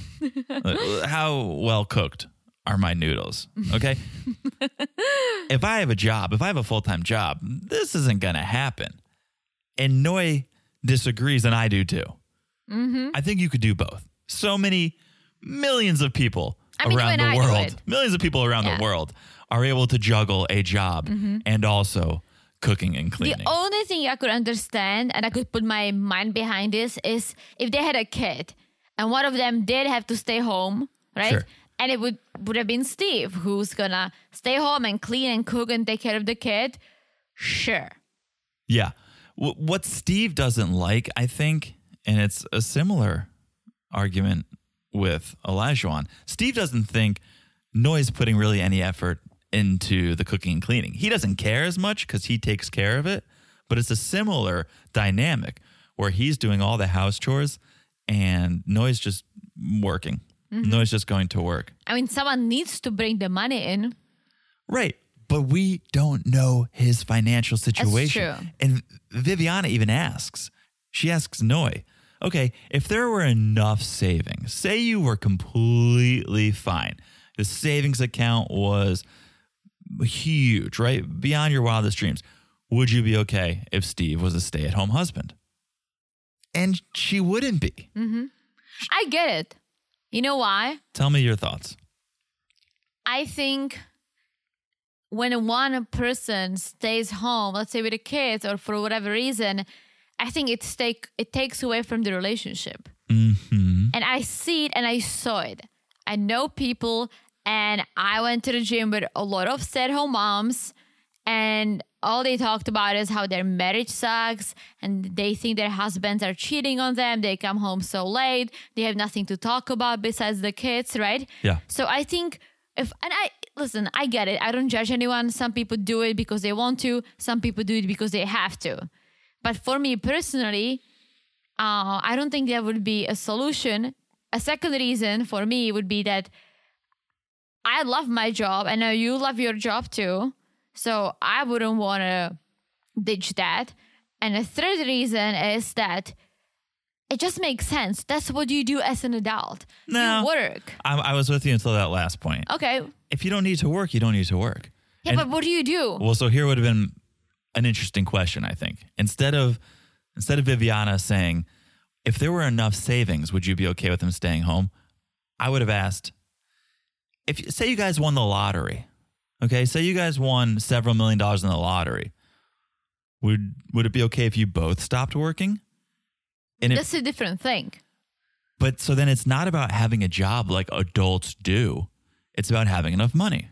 S6: Like, how well cooked are my noodles?
S7: [LAUGHS]
S6: Okay, if I have a job, if I have a full time job, this isn't gonna happen. And Noy disagrees, and I do too.
S7: Mm-hmm.
S6: I think you could do both. So many millions of people
S7: I mean,
S6: around
S7: even
S6: the
S7: I do
S6: world
S7: it.
S6: millions of people around
S7: Yeah. Mm-hmm.
S6: the world are able to juggle a job and also cooking and
S7: The
S6: cleaning.
S7: only thing I could understand and I could put my mind behind this is if they had a kid and one of them did have to stay home, right?
S6: Sure.
S7: And it would would have been Steve who's gonna stay home and clean and cook and take care of the kid. Sure.
S6: yeah. W- what Steve doesn't like, I think, and it's a similar argument with Elijah on, Steve doesn't think Noy's putting really any effort into the cooking and cleaning. He doesn't care as much because he takes care of it, but it's a similar dynamic where he's doing all the house chores and Noy's just working.
S7: Mm-hmm.
S6: Noy's just going to work.
S7: I mean someone needs to bring the money in.
S6: Right. But we don't know his financial situation.
S7: true.
S6: And Viviana even asks, she asks Noy, okay, if there were enough savings, say you were completely fine, the savings account was huge, right? Beyond your wildest dreams, would you be okay if Steve was a stay at home husband? And she wouldn't be.
S7: I get it. You know why?
S6: Tell me your thoughts.
S7: I think when one person stays home, let's say with the kids or for whatever reason, I think it's take it takes away from the relationship. Mm-hmm. And I see it and I saw it. I know people, and I went to the gym with a lot of stay home moms, and all they talked about is how their marriage sucks and they think their husbands are cheating on them. They come home so late, they have nothing to talk about besides the kids, right?
S6: Yeah.
S7: So I think if and I listen, I get it. I don't judge anyone. Some people do it because they want to. Some people do it because they have to. But for me personally, uh, I don't think that would be a solution. A second reason for me would be that I love my job. I know you love your job too. So I wouldn't want to ditch that. And a third reason is that it just makes sense. That's what you do as an adult.
S6: No.
S7: You work.
S6: I, I was with you until that last point.
S7: Okay.
S6: If you don't need to work, you don't need to work.
S7: Yeah,
S6: And-
S7: but what do you do?
S6: Well, so here would have been an interesting question, I think. Instead of instead of Viviana saying, "If there were enough savings, would you be okay with him staying home?" I would have asked, "If say you guys won the lottery, okay, say you guys won several million dollars in the lottery, would would it be okay if you both stopped working?" And it,
S7: That's a different thing.
S6: but so then it's not about having a job like adults do. It's about having enough money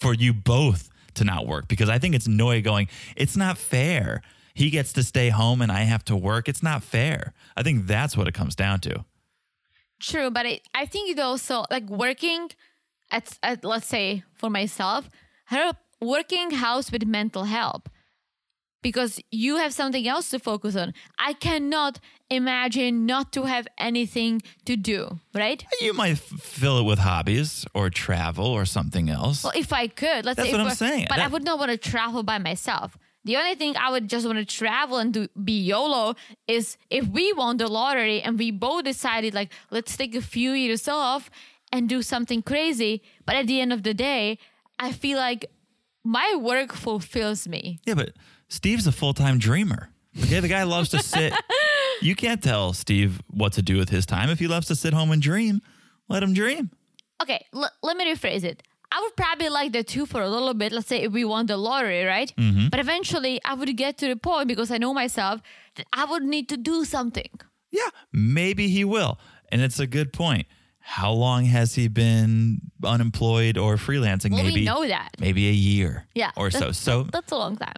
S6: for you both to not work because I think it's Noy going, it's not fair. He gets to stay home and I have to work. It's not fair. I think that's what it comes down to.
S7: True, but it, I think it also like working at, at let's say for myself, help working house with mental help because you have something else to focus on. I cannot imagine not to have anything to do, right?
S6: You might f- fill it with hobbies or travel or something else.
S7: Well, if I could, let's
S6: That's
S7: say
S6: what
S7: if
S6: I'm
S7: I-
S6: saying.
S7: But I
S6: That-
S7: would not want to travel by myself. The only thing I would just want to travel and do be YOLO is if we won the lottery and we both decided like let's take a few years off and do something crazy. But at the end of the day, I feel like my work fulfills me.
S6: Yeah, but Steve's a full time dreamer. Okay, the guy loves to sit. You can't tell Steve what to do with his time. If he loves to sit home and dream, let him dream.
S7: Okay, l- let me rephrase it. I would probably like the two for a little bit. Let's say if we won the lottery, right?
S6: Mm-hmm.
S7: But eventually, I would get to the point because I know myself that I would need to do something.
S6: Yeah, maybe he will. And it's a good point. How long has he been unemployed or freelancing?
S7: Well, we
S6: maybe
S7: know that.
S6: Maybe a year.
S7: Yeah.
S6: Or so.
S7: that's-
S6: So
S7: that's a long time.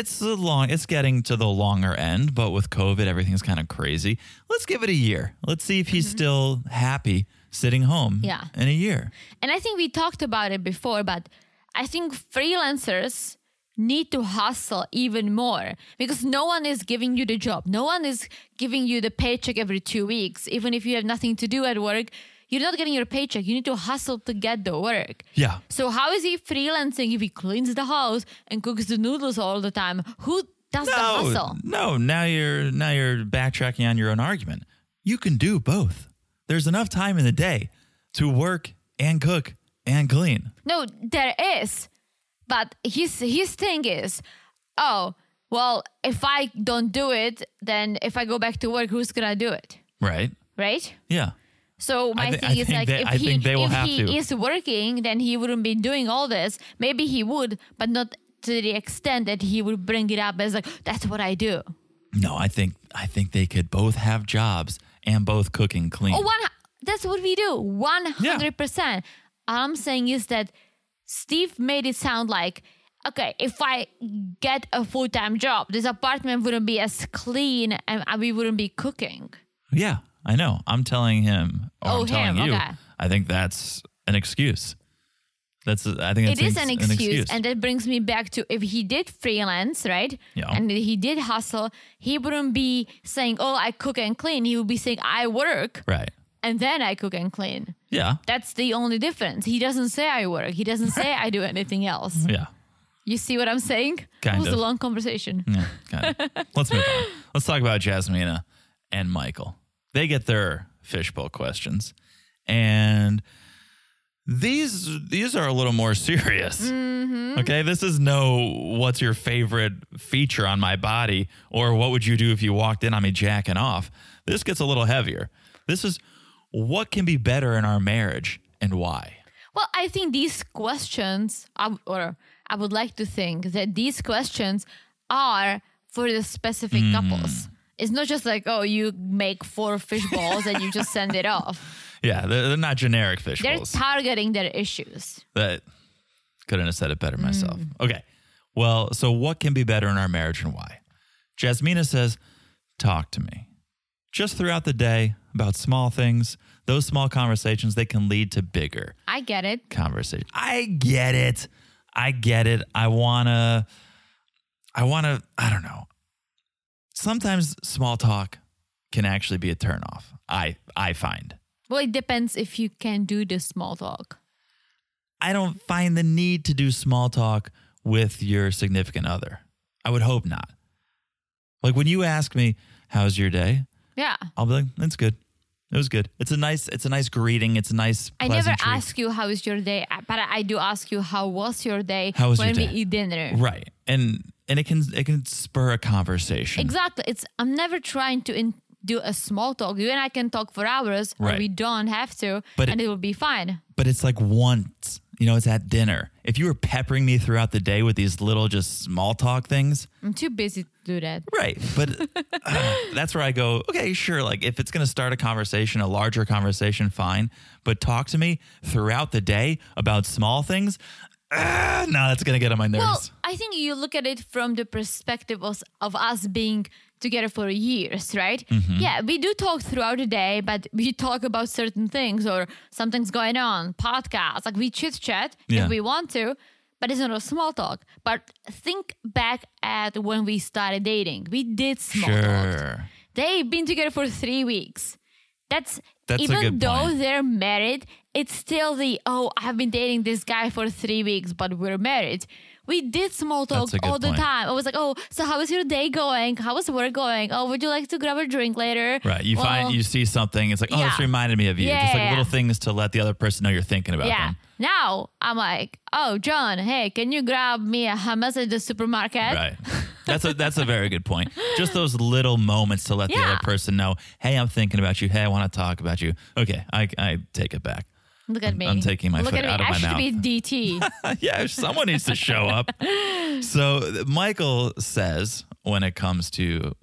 S6: it's a long it's getting to the longer end, but with COVID everything's kind of crazy. Let's give it a year. Let's see if he's still happy sitting home
S7: Mm-hmm. Yeah.
S6: in a year.
S7: And I think we talked about it before, but I think freelancers need to hustle even more because no one is giving you the job. No one is giving you the paycheck every two weeks. Even if you have nothing to do at work, you're not getting your paycheck. You need to hustle to get the work.
S6: Yeah.
S7: So how is he freelancing if he cleans the house and cooks the noodles all the time? Who does the
S6: No,
S7: hustle?
S6: no. Now you're now you're backtracking on your own argument. You can do both. There's enough time in the day to work and cook and clean.
S7: No, there is. But his his thing is, oh, well, if I don't do it, then if I go back to work, who's gonna do it?
S6: Right?
S7: Right?
S6: Yeah.
S7: So my
S6: thi- I
S7: thing is
S6: think
S7: like
S6: they-
S7: if
S6: I
S7: he
S6: think they will
S7: if
S6: have
S7: he
S6: to.
S7: is working, then he wouldn't be doing all this. Maybe he would, but not to the extent that he would bring it up as like that's what I do.
S6: No, I think I think they could both have jobs and both cook and clean.
S7: Oh, one. That's what we do. One hundred percent. All I'm saying is that Steve made it sound like, okay, if I get a full time job, this apartment wouldn't be as clean, and I- we wouldn't be cooking.
S6: Yeah, I know. I'm telling him or
S7: Oh,
S6: I'm telling
S7: him,
S6: you.
S7: okay.
S6: I think that's an excuse. That's I think
S7: It
S6: that's
S7: is an excuse, and that brings me back to if he did freelance, right?
S6: Yeah.
S7: And he did hustle, he wouldn't be saying, "Oh, I cook and clean." He would be saying, "I work
S6: right.
S7: and then I cook and clean."
S6: Yeah.
S7: That's the only difference. He doesn't say I work. He doesn't say I do anything else.
S6: Yeah.
S7: You see what I'm saying?
S6: Kind
S7: it was
S6: of.
S7: a long conversation.
S6: Yeah, [LAUGHS] kind of. Let's move on. Let's talk about Jasmina and Michael. They get their fishbowl questions, and these these are a little more [LAUGHS] serious. Okay, this is no what's your favorite feature on my body or what would you do if you walked in on me jacking off. This gets a little heavier. This is what can be better in our marriage and why.
S7: Well, I think these questions, I w- or I would like to think that these questions are for the specific
S6: Mm.
S7: couples. It's not just like, oh, you make four fish balls and you just send
S6: [LAUGHS]
S7: it off.
S6: Yeah, they're, they're not generic
S7: They're
S6: fishbowls.
S7: targeting their issues.
S6: That couldn't have said it better myself. Okay. Well, so what can be better in our marriage and why? Jasmina says, talk to me. Just throughout the day about small things, those small conversations, they can lead to bigger
S7: I get it.
S6: conversation. I get it. I get it. I wanna I wanna I don't know. Sometimes small talk can actually be a turnoff. I I find.
S7: Well, it depends if you can do the small talk.
S6: I don't find the need to do small talk with your significant other. I would hope not. Like when you ask me, "How's your day?"
S7: Yeah.
S6: I'll be like, "It's good. It was good. It's a nice. It's a nice greeting. It's a nice."
S7: I never
S6: pleasantry."
S7: ask you how is your day, but I do ask you how was your day
S6: How was your
S7: when
S6: day?
S7: we eat dinner.
S6: Right, and and it can it can spur a
S7: [CLEARS THROAT]
S6: conversation.
S7: Exactly. It's I'm never trying to in, do a small talk. You and I can talk for hours, or
S6: Right.
S7: we don't have to,
S6: But
S7: and
S6: it-
S7: it, will be fine.
S6: But it's like once, you know, it's at dinner. If you were peppering me throughout the day with these little just small talk things,
S7: I'm too busy to do that.
S6: Right. But
S7: [LAUGHS]
S6: uh, that's where I go, okay, sure. Like, if it's going to start a conversation, a larger conversation, fine. But talk to me throughout the day about small things. Ah, no, that's going to get on my nerves.
S7: Well, I think you look at it from the perspective of, of us being together for years, right? Yeah, we do talk throughout the day, but we talk about certain things or something's going on, podcasts, like we chit chat
S6: Yeah.
S7: if we want to, but it's not a small talk. But think back at when we started dating. We did small talk.
S6: sure.
S7: They've been together for three weeks. That's,
S6: That's a
S7: even
S6: good
S7: though
S6: point.
S7: they're married, it's still the oh, I've been dating this guy for three weeks, but we're married. We did small talk
S6: That's a good
S7: all the
S6: point.
S7: time. I was like, oh, so how is your day going? How is work going? Oh, would you like to grab a drink later?
S6: Right. You
S7: Well,
S6: find, you see something, it's like, oh, this
S7: yeah.
S6: reminded me of you.
S7: Yeah,
S6: Just like
S7: yeah,
S6: little
S7: yeah.
S6: things to let the other person know you're thinking about
S7: Yeah.
S6: them.
S7: Now I'm like, oh, John, hey, can you grab me a hummus at the supermarket?
S6: Right.
S7: [LAUGHS]
S6: That's a that's a very good point. Just those little moments to let the
S7: Yeah.
S6: other person know, hey, I'm thinking about you. Hey, I want to talk about you. Okay, I, I take it back.
S7: Look at me.
S6: I'm taking my
S7: Look
S6: foot
S7: at me.
S6: out of
S7: I
S6: my
S7: should
S6: mouth. [LAUGHS]
S7: be DT.
S6: yeah, someone needs to show up. So th- Michael says, when it comes to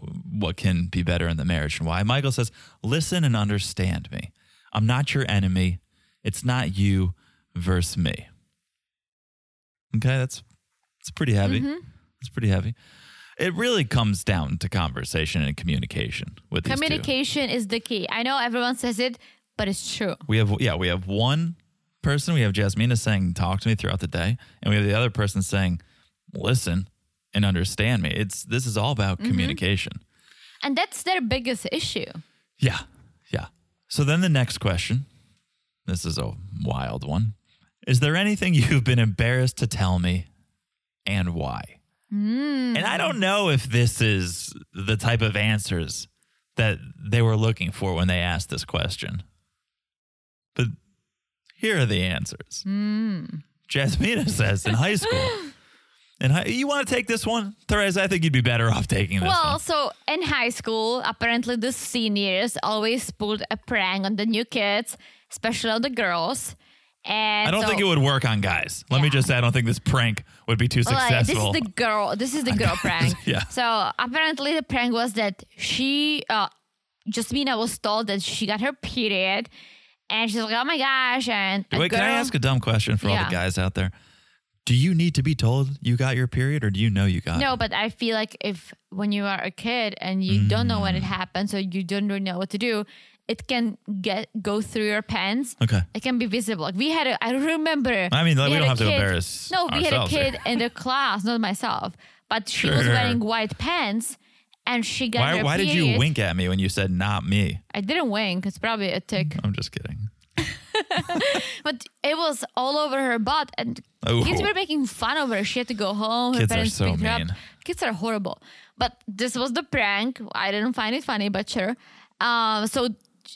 S6: what can be better in the marriage and why, Michael says, listen and understand me. I'm not your enemy. It's not you versus me. Okay, that's it's pretty heavy. It's pretty heavy. It really comes down to conversation and communication with these two.
S7: Communication is the key. I know everyone says it, but it's true.
S6: We have yeah, we have one person, we have Jasmina saying, talk to me throughout the day. And we have the other person saying, listen and understand me. It's this is all about communication.
S7: And that's their biggest issue.
S6: Yeah. Yeah. So then the next question this is a wild one. Is there anything [LAUGHS] you've been embarrassed to tell me and why? And I don't know if this is the type of answers that they were looking for when they asked this question. But here are the answers. Jasmina says in high school. And hi- you want to take this one, Therese? I think you'd be better off taking this
S7: Well,
S6: one.
S7: so in high school, apparently the seniors always pulled a prank on the new kids, especially on the girls. And
S6: I don't
S7: so-
S6: think it would work on guys. Let me
S7: Yeah.
S6: just say, I don't think this prank would be too
S7: Like,
S6: successful.
S7: this is the girl. This is
S6: [LAUGHS]
S7: the girl prank.
S6: Yeah.
S7: So apparently the prank was that she, uh, Jasmina was told that she got her period, and she's like, "Oh my gosh!" And a
S6: Wait, can I
S7: girl-
S6: ask a dumb question for all
S7: Yeah.
S6: the guys out there? Do you need to be told you got your period or do you know you got
S7: No,
S6: it?
S7: but I feel like if when you are a kid and you don't know when it
S6: Mm.
S7: happens, or you don't really know what to do, it can get go through your pants.
S6: Okay.
S7: It can be visible. Like we had a, I remember.
S6: I mean, like, we
S7: had
S6: don't
S7: a
S6: have to
S7: kid-
S6: embarrass
S7: No, we had a
S6: ourselves here.
S7: kid in
S6: [LAUGHS]
S7: the class, not myself, but she was
S6: Sure.
S7: wearing white pants, and she got.
S6: Why,
S7: her
S6: why did you
S7: period.
S6: wink at me when you said not me?
S7: I didn't wink. It's probably a tick,
S6: I'm just kidding.
S7: but it was all over her butt, and
S6: Oh.
S7: kids were making fun of her. She had to go home. Her
S6: Kids are
S7: parents
S6: so
S7: picked her
S6: mean.
S7: up. Kids are horrible. But this was the prank. I didn't find it funny, but sure. Um, so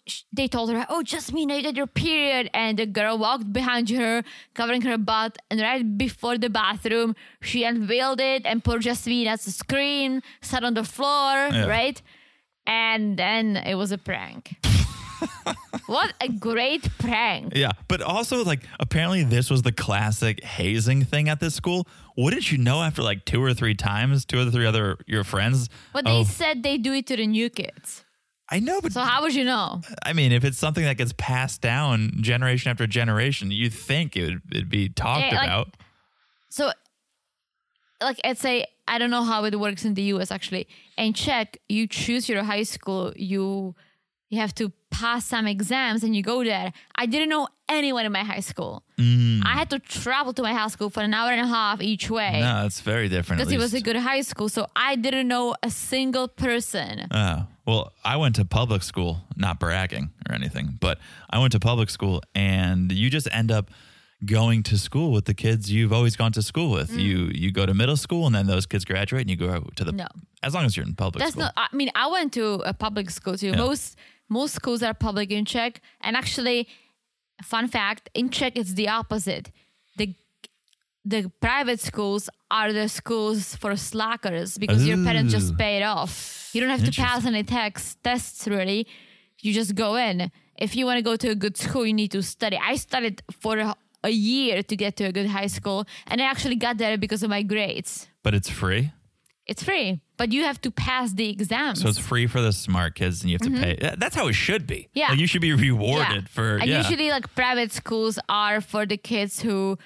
S7: sh- they told her, "Oh, Jasmina, you got your period," and the girl walked behind her, covering her butt, and right before the bathroom, she unveiled it, and poor Jasmina's scream sat on the floor,
S6: Yeah.
S7: right? And then it was a prank. [LAUGHS] what a great prank!
S6: Yeah. But also, like, apparently this was the classic hazing thing at this school. Wouldn't you know after like two or three times, two or three other your friends?
S7: But they
S6: oh,
S7: said they do it to the new kids.
S6: I know, but
S7: So how would you know?
S6: I mean, if it's something that gets passed down generation after generation, you'd think it would it'd be talked
S7: Yeah, like-
S6: about.
S7: So, like, I'd say I don't know how it works in the U.S. actually. In Czech, you choose your high school. You you have to pass some exams and you go there. I didn't know anyone in my high school. I had to travel to my high school for an hour and a half each way
S6: No, it's very different. at
S7: because it was a
S6: least.
S7: good high school. So I didn't know a single person.
S6: Oh, well, I went to public school, not bragging or anything, but I went to public school and you just end up going to school with the kids you've always gone to school with.
S7: Mm.
S6: You you go to middle school and then those kids graduate and you go to the
S7: No.
S6: as long as you're in public
S7: That's
S6: school.
S7: not. I mean, I went to a public school too. Most most schools are public in Czech, and actually, fun fact: in Czech, it's the opposite. the The private schools are the schools for slackers because your parents
S6: Ooh.
S7: just pay it off. You don't have to pass any text, tests really. You just go in. If you want to go to a good school, you need to study. I studied for a, a year to get to a good high school, and I actually got there because of my grades.
S6: but it's free.
S7: It's free, but you have to pass the exams.
S6: So it's free for the smart kids and you have to pay. That- That's how it should be.
S7: Mm-hmm. Yeah.
S6: Like, you should be rewarded for
S7: and
S6: yeah.
S7: usually like private schools are for the kids who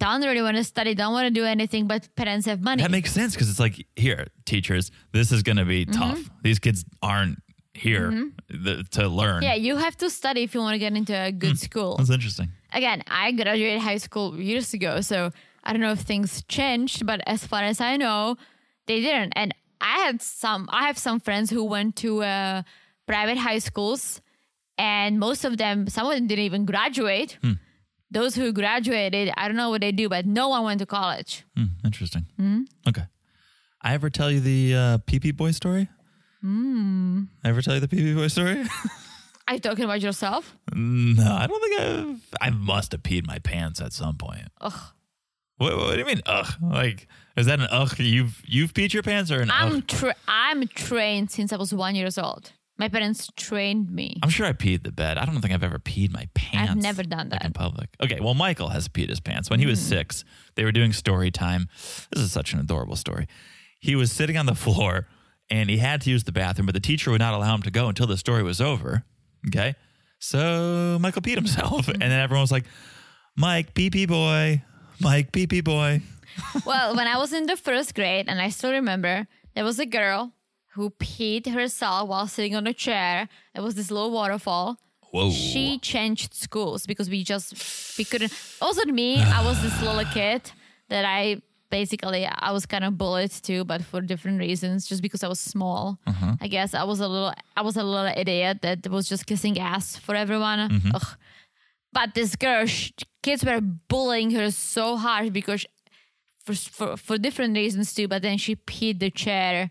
S7: don't really want to study, don't want to do anything, but parents have money.
S6: That makes sense because it's like, here, teachers, this is going to
S7: Mm-hmm.
S6: be tough. These kids aren't here th- to learn.
S7: yeah, you have to study if you want to get into a good
S6: Hmm.
S7: school.
S6: That's interesting.
S7: Again, I graduated high school years ago, so I don't know if things changed, but as far as I know, they didn't. And I had some I have some friends who went to uh, private high schools and most of them some of them didn't even graduate.
S6: Hmm.
S7: Those who graduated, I don't know what they do, but no one went to college.
S6: Hmm, interesting. Okay. I ever tell you the uh, Pee Pee Boy story? I ever tell you the Pee Pee Boy story? [LAUGHS]
S7: Are you talking about yourself?
S6: no, I don't think I've. I must have peed my pants at some point. Ugh. What, what do you mean, ugh? Like, is that an ugh? You've you've peed your pants or an
S7: I'm
S6: ugh?
S7: tra- I'm trained since I was one years old. My parents trained me.
S6: [LAUGHS] I'm sure I peed the bed. I don't think I've ever peed my pants.
S7: never done
S6: like,
S7: that. Hmm.
S6: in public. Okay, well, Michael has peed his pants when he was six. They were doing story time. This is such an adorable story. He was sitting on the [LAUGHS] floor and he had to use the bathroom, but the teacher would not allow him to go until the story was over. Okay, so Michael peed
S7: Hmm.
S6: himself, and then everyone was like, "Mike, pee pee boy, Mike, pee pee boy."
S7: well, when I was in the first grade, and I still remember, there was a girl who peed herself while sitting on a chair. It was this little waterfall.
S6: Whoa.
S7: she changed schools because we just we couldn't also me i was this
S6: [SIGHS]
S7: little kid that i basically i was kind of bullied too but for different reasons just because i was small
S6: Mm-hmm.
S7: i guess i was a little i was a little idiot that was just kissing ass for everyone
S6: Mm-hmm.
S7: Ugh. but this girl sh kids were bullying her so hard because for, for for different reasons too but then she peed the chair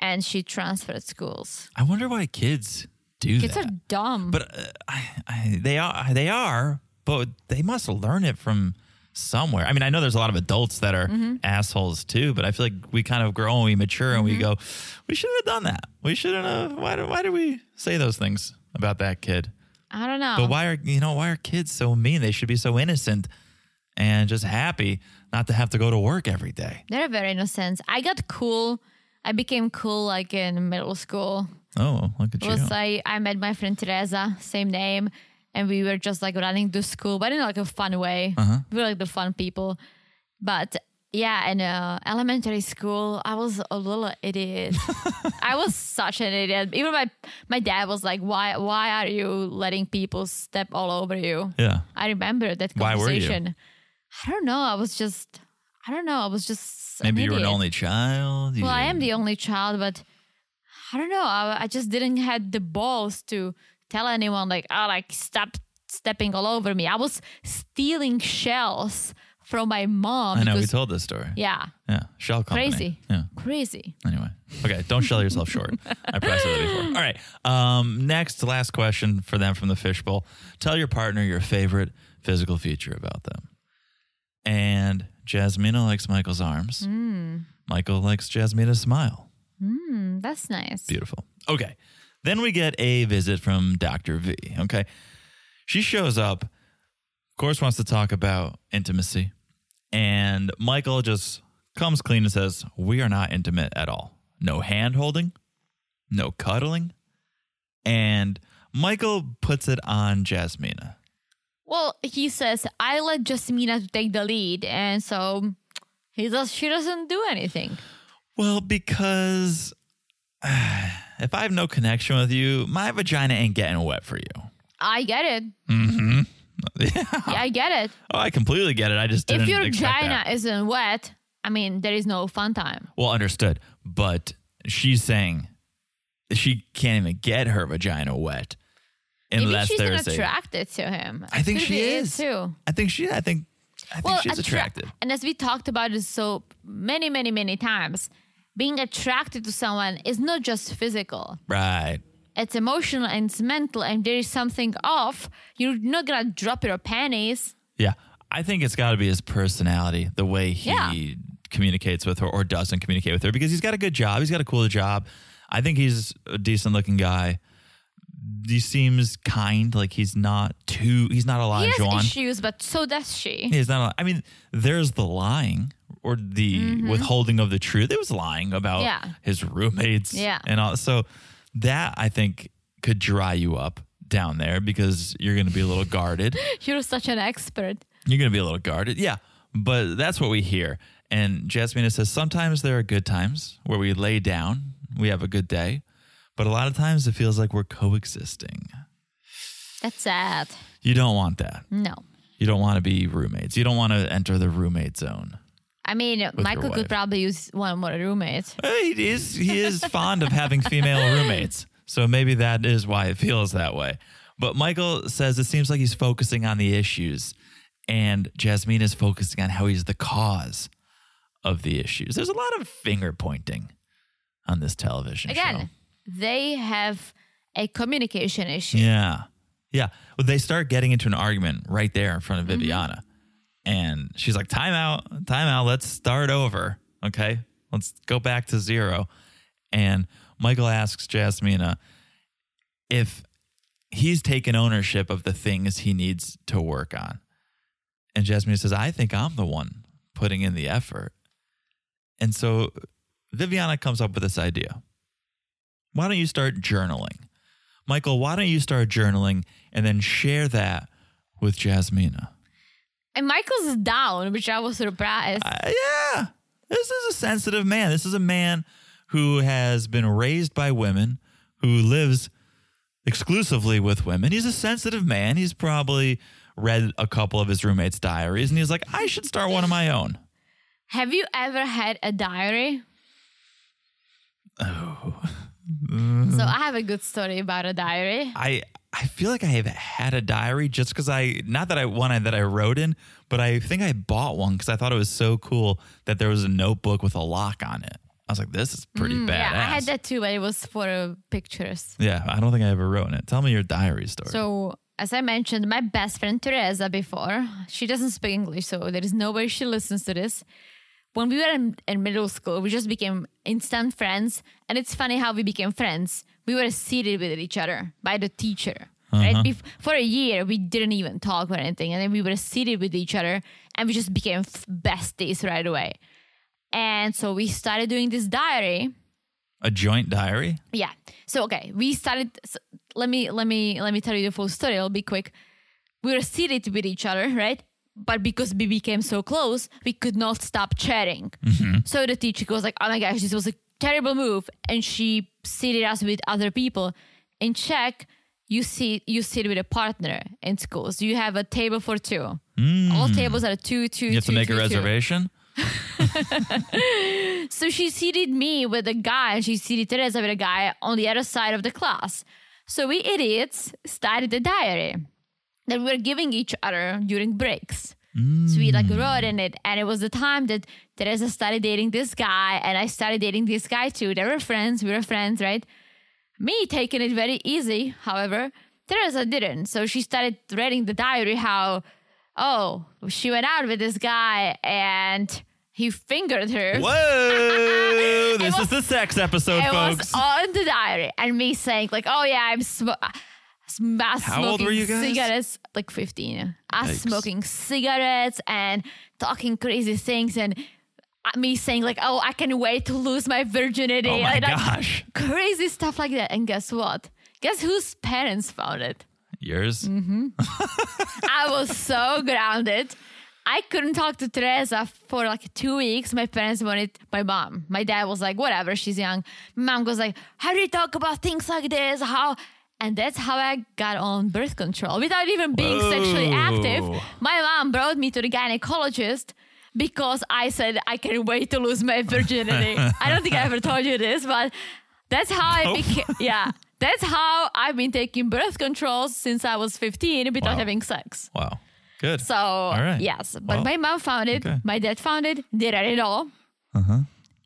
S7: and she transferred schools
S6: I wonder why kids do
S7: kids
S6: that.
S7: are dumb
S6: but uh, I, I, they are they are, but they must learn it from somewhere. I mean, I know there's a lot of adults that are
S7: Mm-hmm.
S6: assholes too, but I feel like we kind of grow and we mature
S7: Mm-hmm.
S6: and we go, we shouldn't have done that. We shouldn't have. Why do why do we say those things about that kid?
S7: i don't know
S6: But why are you know why are kids so mean? They should be so innocent and just happy not to have to go to work every day.
S7: They're very innocent. I got cool. I became cool like in middle school.
S6: Oh, look at
S7: It was
S6: you.
S7: like I met my friend Teresa, same name, and we were just like running to school, but in like a fun way.
S6: Uh-huh.
S7: We were like the fun people. But yeah, in uh, elementary school, I was a little
S6: [LAUGHS]
S7: idiot. I was such an idiot. Even my my dad was like, "Why why are you letting people step all over you?"
S6: yeah.
S7: I remember that
S6: Why were you?
S7: conversation. I don't know. I was just, I don't know. I was just. an
S6: Maybe you were an
S7: idiot.
S6: only child. You
S7: Well, I am
S6: didn't-
S7: the only child, but I don't know. I, I just didn't had the balls to tell anyone like, oh, like stop stepping all over me. I was stealing shells from my mom.
S6: I know we
S7: because-
S6: told this story.
S7: yeah,
S6: Yeah. Shell company.
S7: crazy,
S6: Yeah.
S7: crazy.
S6: Anyway, okay, don't shell yourself short. I pressed that before. All right, um, next, last question for them from the fishbowl. Tell your partner your favorite physical feature about them. And Jasmina likes Michael's arms. Michael likes Jasmina's smile.
S7: Mm, that's nice.
S6: Beautiful. Okay, then we get a visit from Dr. V. Okay, she shows up, of course, wants to talk about intimacy. And Michael just comes clean and says, We are not intimate at all. No hand holding, no cuddling. And Michael puts it on Jasmina.
S7: Well, he says I let Jasmina to take the lead, and so he does. She doesn't do anything.
S6: Well, because [SIGHS] if I have no connection with you, my vagina ain't getting wet for you.
S7: I get it.
S6: Mm-hmm. [LAUGHS]
S7: Yeah, I get it.
S6: Oh, I completely get it. I just didn't
S7: if your
S6: expect that.
S7: vagina isn't wet, I mean, there is no fun time.
S6: Well, understood. But she's saying she can't even get her vagina wet unless
S7: Maybe
S6: there's
S7: she's not
S6: a-
S7: attracted to him.
S6: I think
S7: Could
S6: she
S7: be it
S6: is.
S7: too.
S6: I think she. I think. I think she's
S7: attra-
S6: attractive.
S7: And as we talked about this so many, many, many times, being attracted to someone is not just physical.
S6: Right.
S7: It's emotional and it's mental, and there is something off. You're not gonna drop your panties.
S6: Yeah. I think it's got to be his personality, the way he
S7: Yeah.
S6: communicates with her or doesn't communicate with her, because he's got a good job. He's got a cool job. I think he's a decent looking guy. He seems kind. Like he's not too. He's not a
S7: He
S6: lot
S7: has
S6: Juan.
S7: issues, but so does she.
S6: He's not. a- I mean, there's the lying or the withholding of the truth. It was lying about
S7: Mm-hmm. Yeah.
S6: his roommates.
S7: Yeah.
S6: And all. So that I think could dry you up down there because you're going to be a little
S7: [LAUGHS]
S6: guarded.
S7: [LAUGHS] You're such an expert.
S6: You're going to be a little guarded. Yeah. But that's what we hear. And Jasmina says sometimes there are good times where we lay down, we have a good day, but a lot of times it feels like we're coexisting.
S7: That's sad.
S6: You don't want that.
S7: No.
S6: You don't want to be roommates. You don't want to enter the roommate zone.
S7: I mean, Michael
S6: wife.
S7: could probably use one more roommate.
S6: Uh, He is he is fond of having female roommates. So maybe that is why it feels that way. But Michael says it seems like he's focusing on the issues and Jasmine is focusing on how he's the cause of the issues. There's a lot of finger pointing on this television
S7: Again,
S6: show.
S7: they have a communication issue.
S6: Yeah. Yeah. Well, they start getting into an argument right there in front of Viviana. And she's like, time out, time out. Let's start over. Okay. Let's go back to zero. And Michael asks Jasmina if he's taken ownership of the things he needs to work on. And Jasmina says, I think I'm the one putting in the effort. And so Viviana comes up with this idea. Why don't you start journaling? Michael, why don't you start journaling and then share that with Jasmina?
S7: And Michael's down, which I was surprised.
S6: Uh, yeah, this is a sensitive man. This is a man who has been raised by women, who lives exclusively with women. He's a sensitive man. He's probably read a couple of his roommates' diaries and he's like, I should start one of my own.
S7: Have you ever had a diary? Oh. so I have a good story about a diary.
S6: I I feel like I have had a diary just because I not that I one I, that I wrote in, but I think I bought one because I thought it was so cool that there was a notebook with a lock on it. I was like, this is pretty badass.
S7: Mm, Yeah, I had that too, but it was for uh, pictures.
S6: Yeah, I don't think I ever wrote in it. Tell me your diary story.
S7: So, as I mentioned, my best friend Teresa before, she doesn't speak English, so there is no way she listens to this. When we were in, in middle school, we just became instant friends. And it's funny how we became friends. We were seated with each other by the teacher. Right? Bef- for a year, we didn't even talk or anything. And then we were seated with each other and we just became f- besties right away. And so we started doing this diary.
S6: a joint diary.
S7: Yeah. So okay, we started. s let me let me let me tell you the full story. It'll be quick. We were seated with each other, right? But because we became so close, we could not stop chatting.
S6: Mm-hmm.
S7: So the teacher goes like, "Oh my gosh, this was a terrible move," and she seated us with other people. In Czech, you see you sit with a partner in schools. you have a table for two. All tables are two, two,
S6: Mm. You have to
S7: two,
S6: make a
S7: two, two. [LAUGHS]
S6: reservation.
S7: So she seated me with a guy and she seated Teresa with a guy on the other side of the class. So we idiots started a diary that we were giving each other during breaks. So we like wrote in it, and it was the time that Teresa started dating this guy, and I started dating this guy too. They were friends, we were friends, right? Me taking it very easy, however, Teresa didn't. So she started writing the diary how, oh, she went out with this guy and he fingered her.
S6: Whoa!
S7: It
S6: this is
S7: was-
S6: the sex episode,
S7: It
S6: folks.
S7: was on the diary, and me saying like, "Oh yeah, I'm sm- uh, sm- uh,
S6: How
S7: smoking
S6: old were you guys?
S7: cigarettes." Like fifteen, Uh, us
S6: Yikes.
S7: smoking cigarettes and talking crazy things, and uh, me saying like, "Oh, I can wait to lose my virginity."
S6: Oh my
S7: and, like,
S6: gosh.
S7: [LAUGHS] crazy stuff like that. And guess what? Guess whose parents found it? [LAUGHS]
S6: Yours?
S7: Mm-hmm. I was so grounded. I couldn't talk to Teresa for like two weeks. My parents wanted my mom. My dad was like, whatever, she's young. My mom goes like, how do you talk about things like this? How? And that's how I got on birth control without even being sexually
S6: Whoa.
S7: active. My mom brought me to the gynecologist because I said I can wait to lose my
S6: [LAUGHS]
S7: virginity. I don't think I ever told you this, but that's how
S6: Nope.
S7: I
S6: [LAUGHS]
S7: became. Yeah, that's how I've been taking birth controls since I was 15 without
S6: Wow.
S7: having sex.
S6: Wow. Good.
S7: So
S6: right.
S7: yes, but
S6: Well,
S7: my mom found it.
S6: okay. Uh-huh.
S7: My dad found it. They read it all.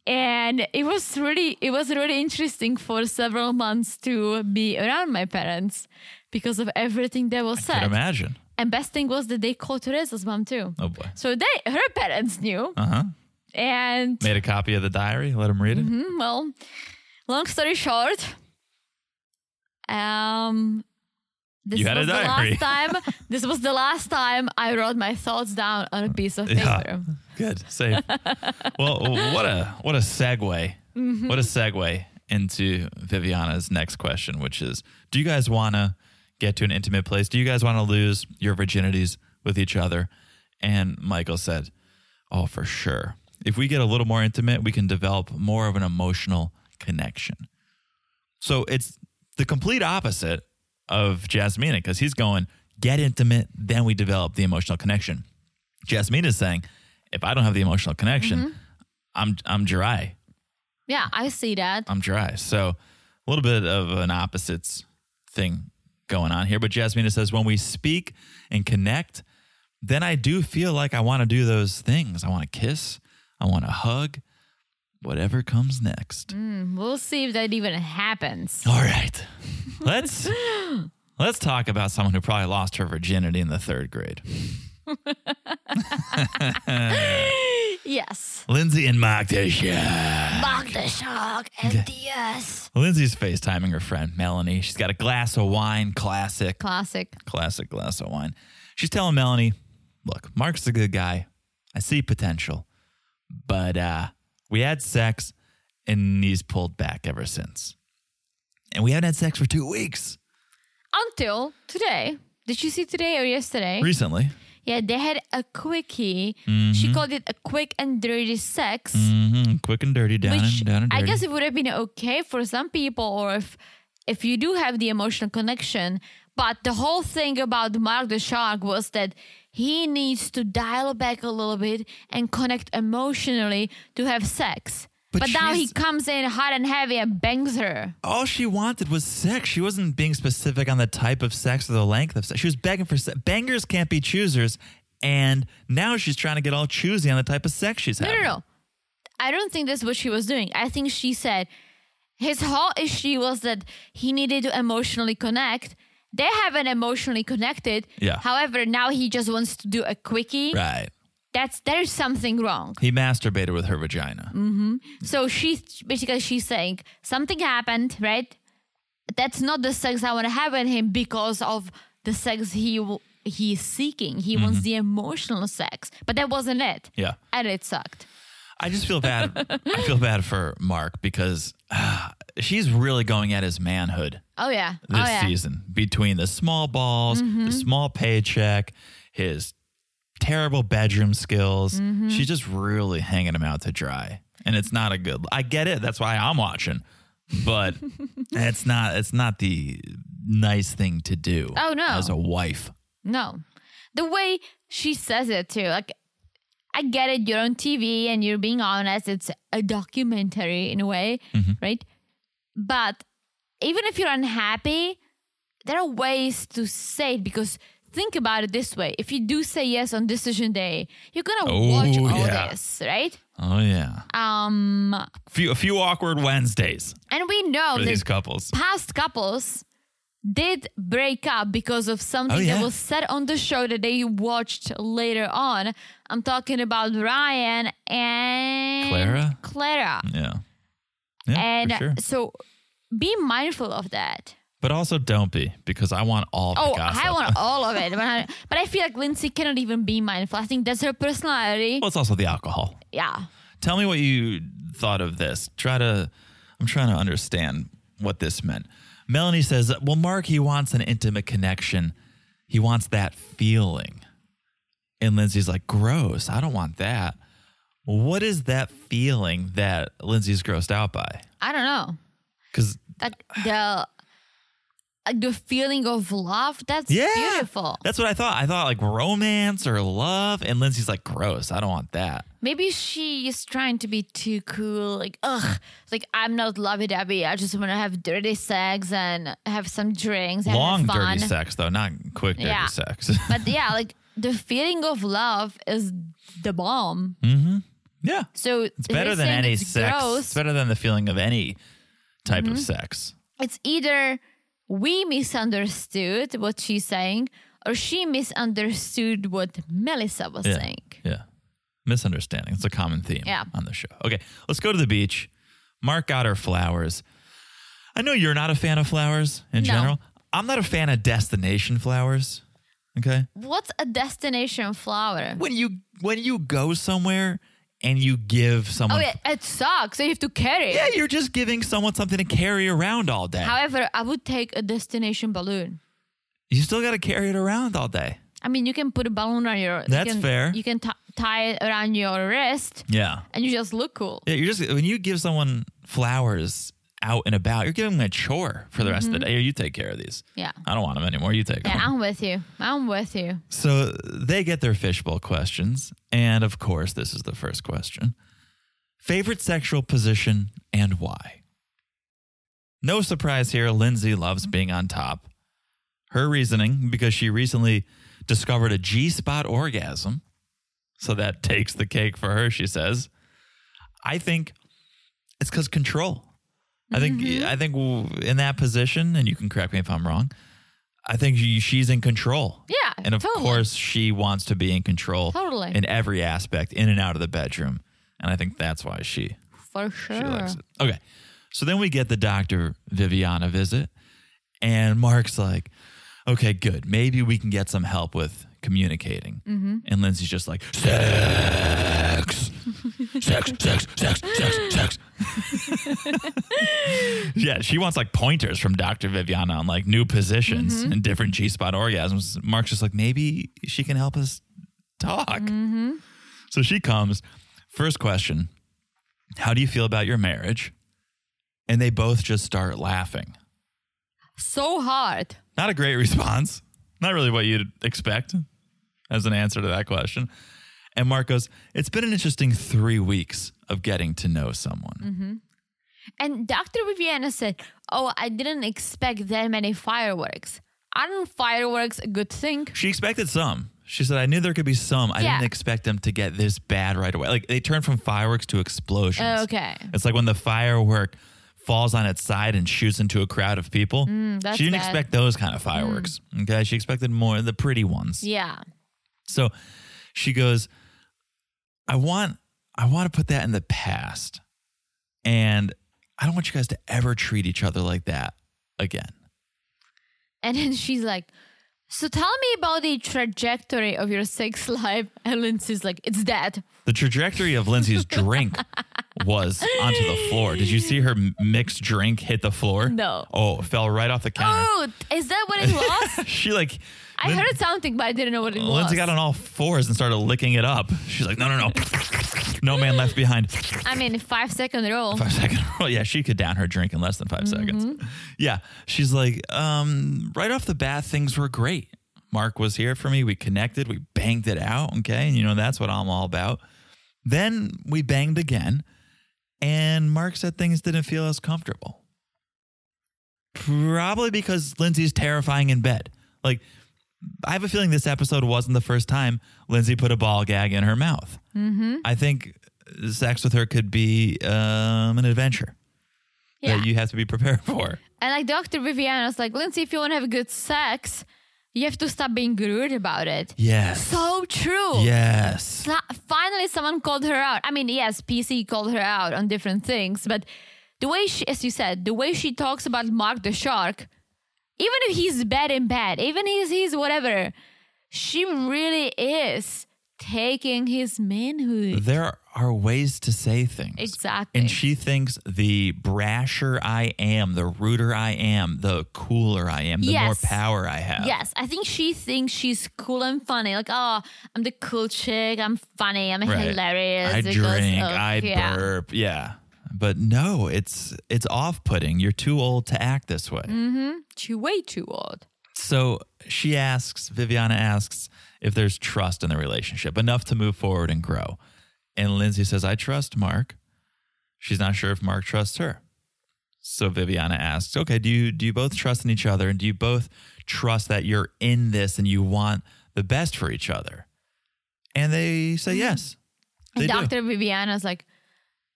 S7: And it was really, it was really interesting for several months to be around my parents because of everything that was
S6: Could
S7: said.
S6: imagine.
S7: And best thing was that they called Teresa's mom too.
S6: Oh boy.
S7: So they, her parents knew.
S6: Uh huh.
S7: And
S6: Made a copy of the diary. Let him read it.
S7: mm, well, long story short, um, this
S6: You had a
S7: was
S6: diary. [LAUGHS]
S7: the last time. this was the last time I wrote my thoughts down on a piece of paper.
S6: Yeah. Good. Safe. well, what a what a segue. What a segue into Viviana's next question, which is do you guys wanna get to an intimate place? Do you guys wanna lose your virginities with each other? And Michael said, Oh, for sure. If we get a little more intimate, we can develop more of an emotional connection. So it's the complete opposite of Jasmina because he's going, get intimate, then we develop the emotional connection. Jasmine is saying, if I don't have the emotional connection, I'm I'm dry.
S7: Yeah, I see that.
S6: I'm dry. So a little bit of an opposites thing going on here. But Jasmina says, when we speak and connect, then I do feel like I want to do those things. I want to kiss. I want to hug. Whatever comes next.
S7: We'll see if that even happens.
S6: All right. Let's let's talk about someone who probably lost her virginity in the third grade.
S7: Yes.
S6: Lindsay and Magdasha.
S7: Mark the shock and the yes.
S6: Lindsay's FaceTiming her friend Melanie. She's got a glass of wine, classic,
S7: Classic.
S6: classic glass of wine. She's telling Melanie, look, Mark's a good guy. I see potential. But uh, we had sex and he's pulled back ever since. And we haven't had sex for two weeks
S7: Until today. Did you see today or yesterday?
S6: recently.
S7: yeah, they had a quickie. She called it a quick and dirty sex.
S6: hmm Quick and dirty, down
S7: Which
S6: and down and dirty.
S7: I guess it would have been okay for some people, or if if you do have the emotional connection. But the whole thing about Mark the Shark was that he needs to dial back a little bit and connect emotionally to have sex.
S6: But
S7: But, now he
S6: she's-
S7: comes in hot and heavy and bangs her.
S6: All she wanted was sex. She wasn't being specific on the type of sex or the length of sex. She was begging for sex. Bangers can't be choosers. And now she's trying to get all choosy on the type of sex she's
S7: No,
S6: having.
S7: no, no. I don't think that's what she was doing. I think she said his whole issue was that he needed to emotionally connect. They haven't emotionally connected.
S6: Yeah.
S7: However, now he just wants to do a quickie.
S6: Right.
S7: That's there's something wrong.
S6: He masturbated with her vagina.
S7: Mm. So she's basically she's saying something happened, right? That's not the sex I want to have with him because of the sex he w- he's seeking. He
S6: Mm-hmm.
S7: wants the emotional sex, but that wasn't it.
S6: Yeah.
S7: and it sucked.
S6: I just feel bad. I feel bad for Mark because ah, she's really going at his manhood
S7: Oh yeah,
S6: this
S7: oh yeah. Mm-hmm.
S6: season between the small balls, the small paycheck, his terrible bedroom skills.
S7: Mm-hmm.
S6: She's just really hanging him out to dry. And it's not a good I get it. That's why I'm watching.
S7: [LAUGHS]
S6: But it's not it's not the nice thing to do.
S7: Oh, no.
S6: As a wife.
S7: No. The way she says it too, like I get it, you're on TV and you're being honest, it's a documentary in a way,
S6: Mm-hmm.
S7: right? But even if you're unhappy, there are ways to say it because think about it this way. If you do say yes on decision day, you're gonna
S6: Oh,
S7: watch all
S6: yeah.
S7: this, right?
S6: Oh yeah.
S7: Um
S6: Few a few awkward Wednesdays
S7: and we know
S6: for
S7: that
S6: these couples.
S7: past couples did break up because of something
S6: Oh, yeah.
S7: that was said on the show that they watched later on. I'm talking about Ryan and
S6: Clara?
S7: Clara.
S6: Yeah. Yeah,
S7: And
S6: for sure.
S7: so be mindful of that.
S6: But also don't be, because I want all
S7: Oh,
S6: the gossip.
S7: I
S6: [LAUGHS]
S7: want all of it. When I- But I feel like Lindsay cannot even be mindful. I think that's her personality.
S6: well, it's also the alcohol.
S7: Yeah.
S6: Tell me what you thought of this. Try to, I'm trying to understand what this meant. Melanie says, well, Mark, he wants an intimate connection. He wants that feeling. And Lindsay's like, gross. I don't want that. What is that feeling that Lindsay's grossed out by?
S7: I don't know.
S6: Because,
S7: Like the like the feeling of love, that's
S6: yeah.
S7: beautiful.
S6: That's what I thought. I thought like romance or love. And Lindsay's like, gross. I don't want that.
S7: Maybe she is trying to be too cool. Like, ugh, like I'm not lovey dovey. I just want to have dirty sex and have some drinks and
S6: Long,
S7: have fun.
S6: dirty sex, though, not quick, dirty
S7: Yeah.
S6: sex. [LAUGHS]
S7: But yeah, like the feeling of love is the bomb.
S6: yeah.
S7: So
S6: Hmm. It's better than any sex. It's better than the feeling of any type
S7: Mm-hmm.
S6: of sex.
S7: it's either we misunderstood what she's saying or she misunderstood what Melissa was
S6: Yeah.
S7: saying.
S6: Yeah. Misunderstanding. It's a common theme
S7: Yeah.
S6: on the show. Okay. Let's go to the beach. Mark got her flowers. I know you're not a fan of flowers in
S7: No.
S6: general. I'm not a fan of destination flowers. Okay.
S7: What's a destination flower?
S6: When you when you go somewhere and you give
S7: Oh,
S6: someone
S7: it, it sucks. So you have to carry it.
S6: Yeah, you're just giving someone something to carry around all day.
S7: However, I would take a destination balloon.
S6: you still got to carry it around all day.
S7: I mean, you can put a balloon on your. you
S6: That's
S7: can-
S6: fair.
S7: You can t- tie it around your wrist,
S6: Yeah.
S7: and you just look cool.
S6: Yeah, you're just when you give someone flowers out and about, you're giving them a chore for the rest of the day. Here, You take care of these.
S7: Mm-hmm. Yeah.
S6: I don't want them anymore. You take
S7: Yeah,
S6: them.
S7: I'm with you. I'm with you.
S6: So they get their fishbowl questions, and of course, this is the first question: favorite sexual position and why? No surprise here. Lindsay loves being on top. Her reasoning because she recently discovered a G spot orgasm. So that takes the cake for her, she says. I think it's because control. I think
S7: Mm-hmm.
S6: I think w- in that position, and you can correct me if I'm wrong. I think she, she's in control.
S7: Yeah,
S6: and of
S7: totally.
S6: course she wants to be in control.
S7: Totally.
S6: in every aspect, in and out of the bedroom, and I think that's why she
S7: For sure.
S6: she likes it. Okay. So then we get the Dr. Viviana visit, and Mark's like, okay, good. Maybe we can get some help with communicating. And Lindsay's just like, sex, sex, sex, sex, sex, sex. [LAUGHS] yeah, she wants like pointers from Dr. Viviana on like new positions and different G spot orgasms. Mark's just like, maybe she can help us talk. So she comes. First question how do you feel about your marriage? And they both just start laughing.
S7: so hard.
S6: Not a great [LAUGHS] response. Not really what you'd expect as an answer to that question. And Mark goes, It's been an interesting three weeks of getting to know someone.
S7: Mm-hmm. And Dr. Viviana said, Oh, I didn't expect that many fireworks. Aren't fireworks a good thing?
S6: She expected some. She said, I knew there could be some. I
S7: Yeah.
S6: didn't expect them to get this bad right away. Like they turned from fireworks to explosions.
S7: Oh, Okay.
S6: It's like when the firework falls on its side and shoots into a crowd of people.
S7: Mm, that's
S6: she didn't
S7: bad. Mm.
S6: expect those kind of fireworks. Okay. She expected more, the pretty ones.
S7: Yeah.
S6: So she goes, I want I want to put that in the past. And I don't want you guys to ever treat each other like that again.
S7: And then she's like, So tell me about the trajectory of your sex life. [LAUGHS] And Lindsay's like, It's dead.
S6: The trajectory of
S7: [LAUGHS]
S6: Lindsay's drink was onto the floor. Did you see her m- mixed drink hit the floor?
S7: No.
S6: Oh, it fell right off the counter.
S7: Oh, is that what it was?
S6: she like
S7: I
S6: Lin-
S7: heard something, but I didn't know what it was.
S6: Lindsay got on all fours and started licking it up. She's like, no, no, no. no man left behind.
S7: I mean, five second roll.
S6: five second rule. [LAUGHS] Yeah, she could down her drink in less than 5 seconds. Yeah. She's like, um, right off the bat, things were great. Mark was here for me. We connected. We banged it out. Okay. And you know, that's what I'm all about. Then we banged again. And Mark said things didn't feel as comfortable. Probably because Lindsay's terrifying in bed. Like, I have a feeling this episode wasn't the first time Lindsay put a ball gag in her mouth. I think sex with her could be um, an adventure
S7: Yeah.
S6: that you have to be prepared [LAUGHS] for.
S7: And like Dr. Viviana's like, Lindsay, if you want to have good sex, you have to stop being rude about it.
S6: Yes.
S7: So true.
S6: yes.
S7: Sla- Finally, someone called her out. I mean, yes, PC called her out on different things, but the way she, as you said, the way she talks about Mark the shark, even if he's bad in bed, even if he's whatever, she really is taking his manhood.
S6: There are ways to say things.
S7: Exactly.
S6: And she thinks the brasher I am, the ruder I am, the cooler I am, the more
S7: Yes.
S6: power I have.
S7: Yes, I think she thinks she's cool and funny. Like, oh, I'm the cool chick. I'm funny. I'm
S6: Right.
S7: hilarious.
S6: I
S7: because
S6: drink,
S7: of-
S6: I
S7: yeah.
S6: burp. Yeah. But no, it's it's off-putting. You're too old to act this way.
S7: She way too old.
S6: So she asks, Viviana asks if there's trust in the relationship, enough to move forward and grow. And Lindsay says, I trust Mark. She's not sure if Mark trusts her. So Viviana asks, okay, do you do you both trust in each other and do you both trust that you're in this and you want the best for each other? And they
S7: Mm-hmm.
S6: say yes. They
S7: And
S6: do.
S7: Dr. Viviana's like,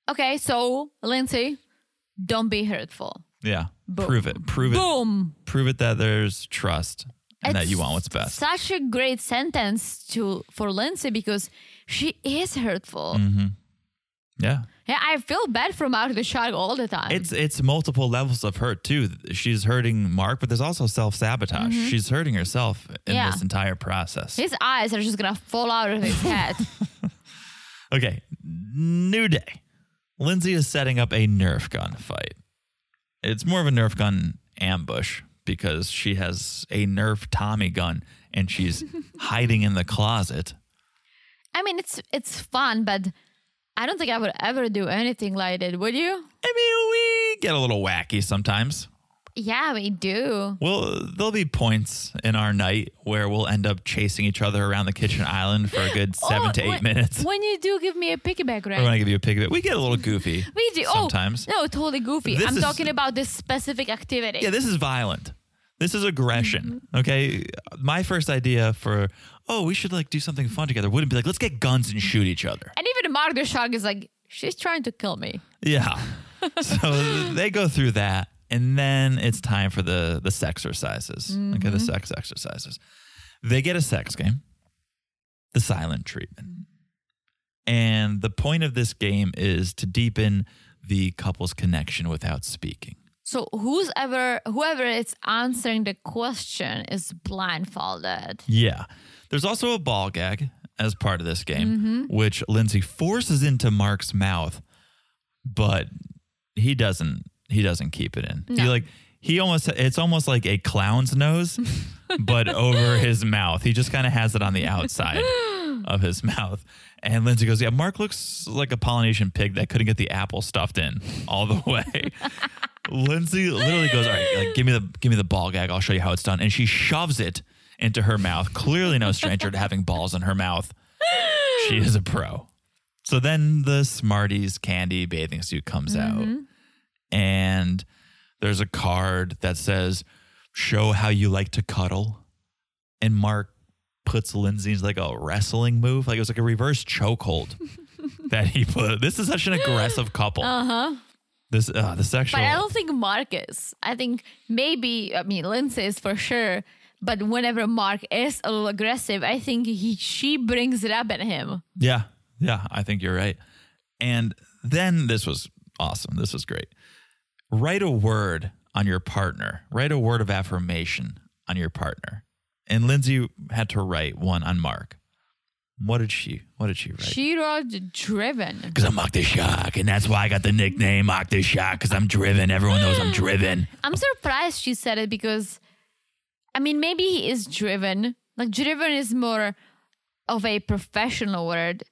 S7: okay, so Lindsay, don't be hurtful.
S6: Yeah.
S7: Boom.
S6: Prove it. Prove it.
S7: Boom.
S6: Prove it that there's trust and that
S7: It's
S6: you want what's best.
S7: Such a great sentence to for Lindsay because she is hurtful.
S6: Mm-hmm. yeah.
S7: Yeah, I feel bad for Mark the Shark all the time.
S6: It's it's multiple levels of hurt too. She's hurting Mark, but there's also self sabotage. She's hurting herself in
S7: Mm-hmm. Yeah.
S6: this entire process.
S7: his eyes are just gonna fall out
S6: [LAUGHS]
S7: of his head.
S6: okay, new day. Lindsay is setting up a Nerf gun fight. It's more of a Nerf gun ambush because she has a Nerf Tommy gun and
S7: [LAUGHS]
S6: she's hiding in the closet.
S7: I mean, it's it's fun, but I don't think I would ever do anything like that. Would you?
S6: I mean, we get a little wacky sometimes.
S7: Yeah, we do.
S6: Well, there'll be points in our night where we'll end up chasing each other around the kitchen island for a good seven
S7: [LAUGHS] Oh,
S6: to eight
S7: when-
S6: minutes.
S7: When you do give me a piggyback ride.
S6: I want to give you a pick of it. We get a little goofy.
S7: [LAUGHS] We do.
S6: sometimes.
S7: Oh, no, totally goofy.
S6: This
S7: I'm
S6: is-
S7: talking about this specific activity.
S6: Yeah, this is violent. This is aggression.
S7: Mm-hmm.
S6: Okay. My first idea for oh, we should like do something fun together wouldn't be like let's get guns and shoot each other.
S7: and even Mark the Shark is like, she's trying to kill me. [LAUGHS]
S6: Yeah. so they go through that, and then it's time for the the sex exercises.
S7: Mm-hmm.
S6: Okay, the sex exercises. They get a sex game, the silent treatment, and the point of this game is to deepen the couple's connection without speaking.
S7: So who's ever whoever is answering the question is blindfolded.
S6: Yeah. There's also a ball gag as part of this game, which Lindsay forces into Mark's mouth, but he doesn't he doesn't keep it in. He
S7: No.
S6: like he almost it's almost like a clown's nose, but over his mouth. He just kind of has it on the outside of his mouth. And Lindsay goes, Yeah, Mark looks like a Polynesian pig that couldn't get the apple stuffed in all the [LAUGHS] way. Lindsay literally goes, "All right, like, give me the give me the ball gag. I'll show you how it's done." And she shoves it into her mouth. Clearly, no stranger to having balls in her mouth. She is a pro. So then the Smarties candy bathing suit comes out,
S7: Mm-hmm.
S6: and there's a card that says, "Show how you like to cuddle," and Mark puts Lindsay's like a wrestling move, like it was like a reverse
S7: [LAUGHS]
S6: chokehold that he put. This is such an aggressive couple.
S7: Uh huh.
S6: This uh, the sexual.
S7: But I don't think Mark is. I think maybe, I mean, Lindsay is for sure. But whenever Mark is a little aggressive, I think he she brings it up at him.
S6: Yeah, yeah, I think you're right. And then this was awesome. This was great. Write a word on your partner. Write a word of affirmation on your partner. And Lindsay had to write one on Mark. What did she? What did she write?
S7: She wrote driven.
S6: Because I'm Octoshock, and that's why I got the nickname Octoshock, because I'm driven. Everyone knows I'm driven.
S7: I'm surprised she said it because, I mean, maybe he is driven. Like, driven is more of a professional word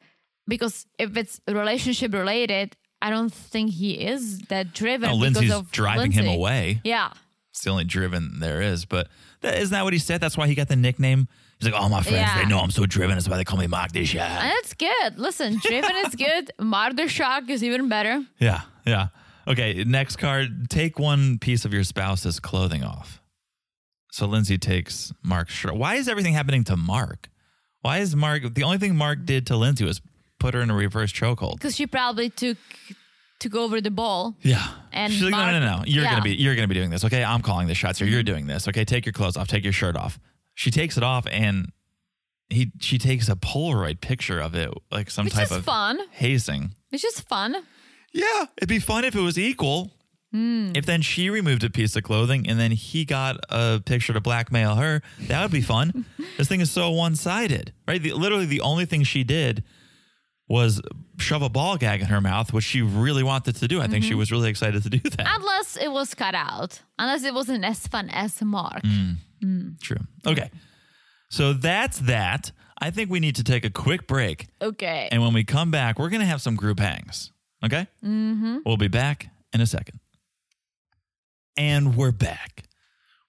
S7: because if it's relationship related, I don't think he is that driven.
S6: No,
S7: because
S6: Oh, Lindsay's
S7: of
S6: driving him
S7: Lindsay.
S6: away.
S7: Yeah.
S6: It's the only driven there is, but that, isn't that what he said? That's why he got the nickname? He's like, oh, my friends,
S7: Yeah.
S6: they know I'm so driven. That's why they call me Octoshock.
S7: And that's good. Listen, driven is good. [LAUGHS] Marder shock is even better.
S6: Yeah, yeah. Okay, next card. Take one piece of your spouse's clothing off. So Lindsay takes Mark's shirt. Why is everything happening to Mark? Why is Mark the only thing Mark did to Lindsay was put her in a reverse chokehold?
S7: Because she probably took took over the ball.
S6: Yeah.
S7: And
S6: she's like,
S7: Mark-
S6: no, no, no, no. You're
S7: yeah. Mm-hmm.
S6: gonna be you're gonna be doing this. Okay, I'm calling the shots here. You're doing this. Okay, take your clothes off. Take your shirt off. She takes it off, and he she takes a Polaroid picture of it, like some
S7: Which
S6: type
S7: is
S6: of
S7: fun.
S6: hazing.
S7: Which is fun.
S6: Yeah, it'd be fun if it was equal. If then she removed a piece of clothing and then he got a picture to blackmail her, that would be fun. this thing is so one sided, right? The, literally, the only thing she did was shove a ball gag in her mouth, which she really wanted to do. I think she was really excited to do that.
S7: Unless it was cut out. Unless it wasn't as fun as Mark.
S6: Mm. True. Okay. So that's that. I think we need to take a quick break.
S7: Okay.
S6: And when we come back, we're going to have some group hangs. Okay? Mm-hmm. We'll be back in a second. And we're back